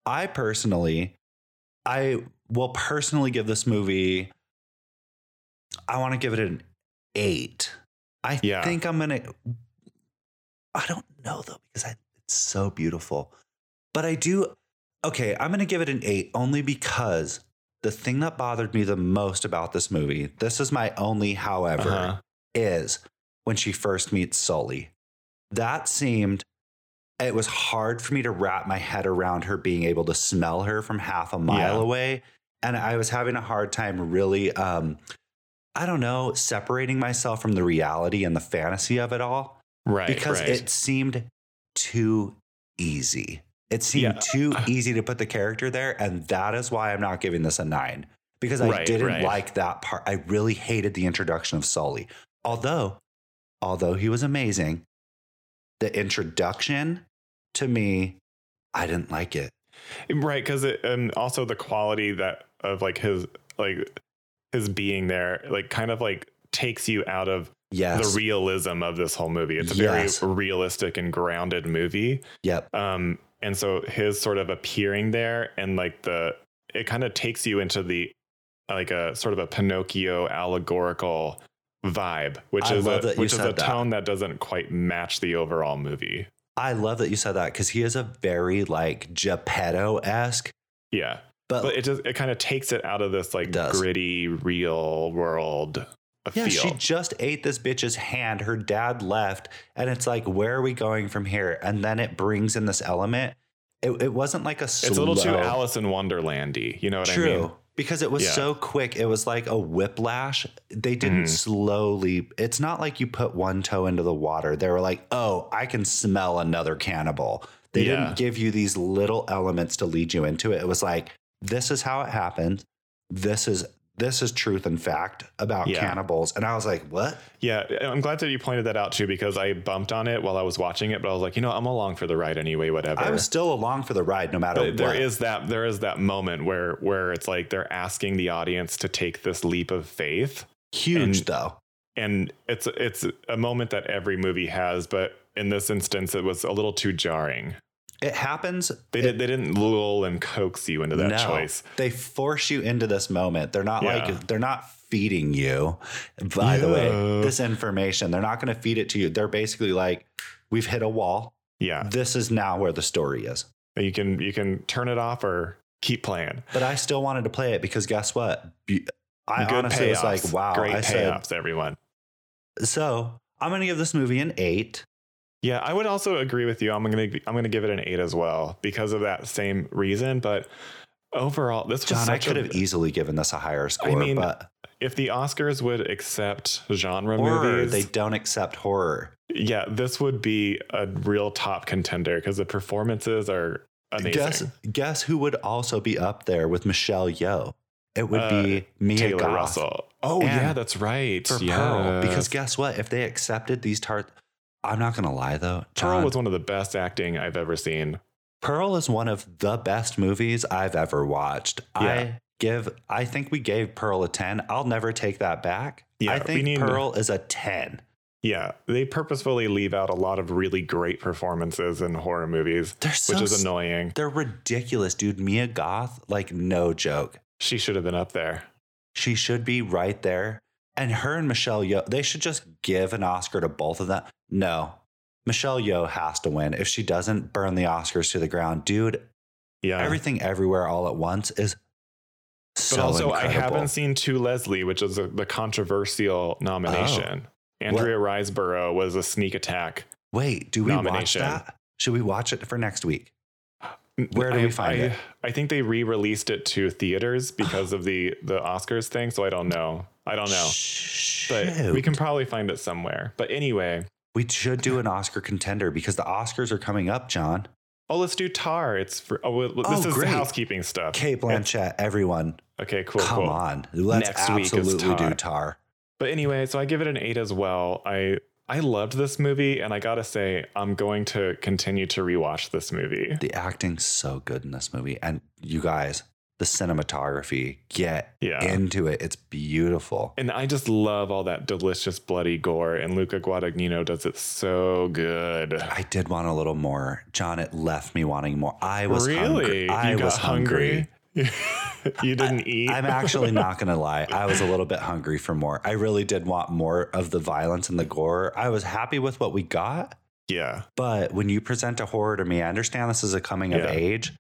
I personally, I will personally give this movie, I want to give it an eight. I
Yeah.
think I'm going to, I don't know though, because I, it's so beautiful. But I do, okay, I'm going to give it an eight only because the thing that bothered me the most about this movie, this is my only however
Uh-huh.
is when she first meets Sully. That seemed, it was hard for me to wrap my head around her being able to smell her from half a mile
Yeah.
away. And I was having a hard time really, um, I don't know, separating myself from the reality and the fantasy of it all
Right.
because
right.
it seemed too easy. It seemed
Yeah. [SIGHS]
too easy to put the character there. And that is why I'm not giving this a nine because I
Right,
didn't
right.
like that part. I really hated the introduction of Sully. Although, although he was amazing, the introduction to me, I didn't like it.
right because it and also the quality that of like his like his being there like kind of like takes you out of
Yes.
the realism of this whole movie it's a
Yes.
very realistic and grounded movie
yep.
um and so his sort of appearing there and like the it kind of takes you into the like a sort of a pinocchio allegorical vibe which
I
is
love
a,
that you
which is
said
a
that.
tone that doesn't quite match the overall movie
I love that you said that because he is a very like Geppetto esque,
yeah
but,
but it just it kind of takes it out of this like
Oh. It does.
gritty real world
Yeah,
feel.
she just ate this bitch's hand. Her dad left, and it's like, where are we going from here? And then it brings in this element. It, it wasn't like a slow,
it's a little too Alice in Wonderlandy. You know what
True,
I mean?
because it was
Yeah.
so quick. It was like a whiplash. They didn't
Mhm.
slowly. It's not like you put one toe into the water. They were like, oh, I can smell another cannibal. They
Yeah.
didn't give you these little elements to lead you into it. It was like, this is how it happened. This is this is truth and fact about
Yeah.
cannibals. And I was like, what?
Yeah, I'm glad that you pointed that out too because I bumped on it while I was watching it, but I was like, you know, I'm along for the ride anyway, whatever.
I was still along for the ride, no matter
but
what.
there is that there is that moment where where it's like they're asking the audience to take this leap of faith
huge
and-
though.
and it's it's a moment that every movie has but in this instance it was a little too jarring
It happens.
they, did, they didn't lull and coax you into that
No,
choice
they force you into this moment. They're not
Yeah.
like they're not feeding you. By the way,
Yeah.
this information they're not going to feed it to you. They're basically like, we've hit a wall.
yeah
This is now where the story is.
you can you can turn it off or keep playing.
But I still wanted to play it because guess what? Be- I
Good
honestly
payoffs.
was like, wow.
great
I said
payoffs, everyone.
so. I'm going to give this movie an eight.
Yeah, I would also agree with you. I'm gonna I'm gonna give it an eight as well because of that same reason. But overall, this was
John, I
such
could
a-
have e- easily given this a higher score,
mean,
but
if the Oscars would accept genre
horror,
movies,
they don't accept horror.
yeah, this would be a real top contender because the performances are amazing.
Guess guess who would also be up there with Michelle Yeoh? It would
Uh,
be Mia
Taylor
Goth
Russell. Oh
And
yeah, that's right.
for
yeah,
Pearl. Because guess what? If they accepted these tart, I'm not gonna lie though.
Pearl
John,
was one of the best acting I've ever seen.
Pearl is one of the best movies I've ever watched.
Yeah.
I give. I think we gave Pearl a ten. I'll never take that back.
Yeah,
I
we
think
need-
Pearl is a ten.
Yeah, they purposefully leave out a lot of really great performances in horror movies,
They're so
which is
s-
annoying.
They're ridiculous, dude. Mia Goth, like no joke.
She should have been up there.
She should be right there. And her and Michelle Yeoh, they should just give an Oscar to both of them. No, Michelle Yeoh has to win. If she doesn't, burn the Oscars to the ground, dude.
Yeah.
Everything, everywhere, all at once is
Uh. but
so
also, I
incredible.
haven't seen To Leslie, which is a, the controversial nomination.
Oh.
Andrea Riseborough was a sneak attack.
Wait, do we watch
Nomination.
that? Should we watch it for next week? Where do
I,
we find
I,
it?
I think they re-released it to theaters because of the the Oscars thing. So I don't know. I don't know. But we can probably find it somewhere. But anyway,
We should do an Oscar contender because the Oscars are coming up, John.
oh, let's do Tar. It's for, oh, well, this
Oh,
is
great.
housekeeping stuff.
Kate Blanchett, everyone,
Okay, cool.
come
cool.
on. Let's
Next week is
absolutely do
Tar.
Tar.
But anyway, so I give it an eight as well. I I loved this movie, and I gotta say, I'm going to continue to rewatch this movie.
The acting's so good in this movie. And you guys, the cinematography, get
Yeah.
into it. It's beautiful.
And I just love all that delicious bloody gore, and Luca Guadagnino does it so good.
I did want a little more. John, it left me wanting more. I was
really?
hungry. I
you got
was hungry.
[LAUGHS] you didn't eat.
I'm actually not going to lie. I was a little bit hungry for more. I really did want more of the violence and the gore. I was happy with what we got.
yeah.
But when you present a horror to me, I understand this is a coming of
Yeah.
age.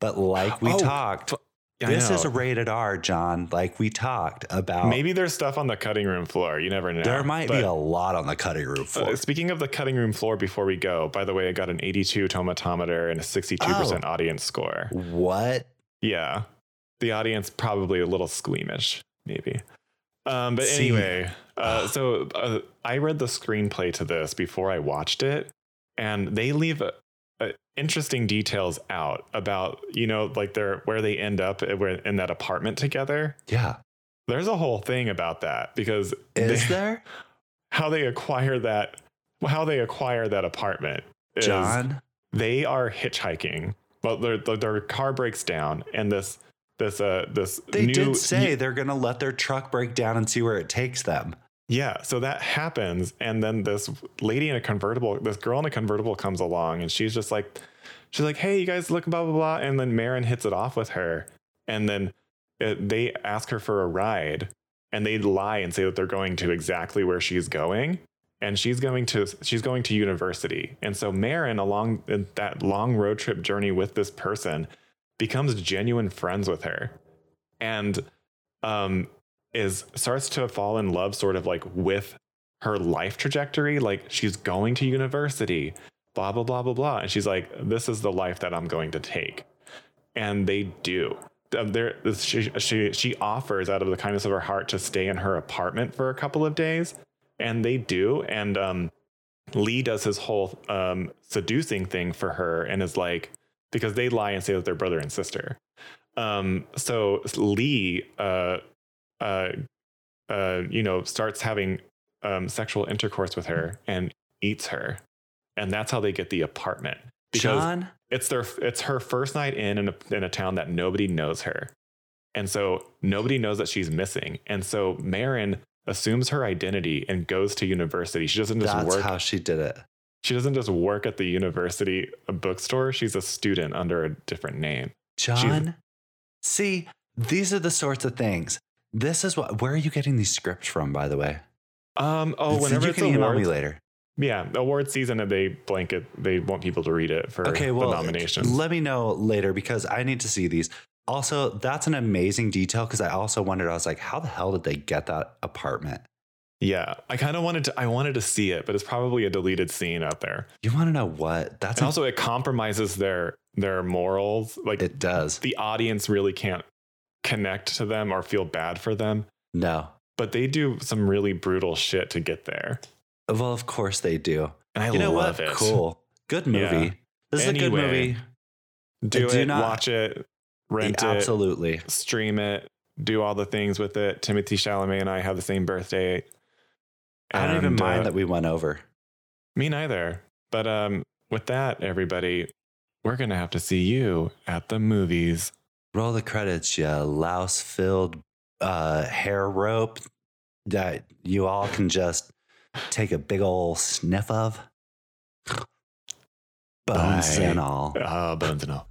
But like we
Oh,
talked,
Yeah, I
this
know.
is rated R, John. Like we talked about.
Maybe there's stuff on the cutting room floor. You never know.
there might be
But,
a lot on the cutting room floor.
uh, speaking of the cutting room floor, before we go, by the way, I got an 82 tomatometer and a 62%
Oh.
audience score.
what?
Yeah. The audience probably a little squeamish, maybe. Um, but
See.
anyway, uh, so uh, I read the screenplay to this before I watched it, and they leave uh, uh, interesting details out about you know like their where they end up i- where- in that apartment together.
Yeah.
There's a whole thing about that because
Is
they-
there?
how they acquire that how they acquire that apartment [LAUGHS] is
John?
they are hitchhiking. But their, their, their car breaks down, and this this uh this
They
new
did say they're going to let their truck break down and see where it takes them.
yeah. So that happens, and then this lady in a convertible, this girl in a convertible comes along, and she's just like, she's like, hey, you guys look blah blah blah, and then Marin hits it off with her, and then uh they ask her for a ride, and they lie and say that they're going to exactly where she's going. And she's going to she's going to university, and so Marin along in that long road trip journey with this person becomes genuine friends with her, and um, is starts to fall in love sort of like with her life trajectory like she's going to university blah blah blah blah blah and she's like this is the life that i'm going to take and they do Uh, there she, she she offers out of the kindness of her heart to stay in her apartment for a couple of days and they do and um lee does his whole um seducing thing for her and is like because they lie and say that they're brother and sister um so lee uh uh, uh, you know, starts having um, sexual intercourse with her and eats her, and that's how they get the apartment because
John?
it's their it's her first night in in a, in a town that nobody knows her, and so nobody knows that she's missing, and so Marin assumes her identity and goes to university. She doesn't just
That's
work.
how she did it.
she doesn't just work at the university bookstore. She's a student under a different name.
John, see, these are the sorts of things. This is what. Where are you getting these scripts from, by the way?
Um. Oh,
It's-
whenever
you
it's
can email
awards-
me later.
Yeah, award season and they blanket they want people to read it for
Okay, well,
the nominations.
let me know later because I need to see these. Also, that's an amazing detail because I also wondered. I was like, how the hell did they get that apartment?
yeah, I kind of wanted to I wanted to see it, but it's probably a deleted scene out there.
You want to know what? That's
And also it compromises their their morals. Like
it does.
the audience really can't connect to them or feel bad for them,
No.
but they do some really brutal shit to get there.
Well, of course they do.
And I
you know
love
what?
it.
Cool. Good movie.
Yeah.
This is a good
Anyway,
movie.
Do
I do
it,
not-
watch it, rent it,
Absolutely.
stream it, do all the things with it. Timothy Chalamet and I have the same birthday.
I don't even
And,
mind
uh,
that we went over.
Me neither. But um, with that, everybody, we're gonna have to see you at the movies.
Roll the credits, you louse filled uh, hair rope that you all can just take a big old
[LAUGHS]
sniff of. Bones
Bye.
and all.
Ah, uh, Bundano.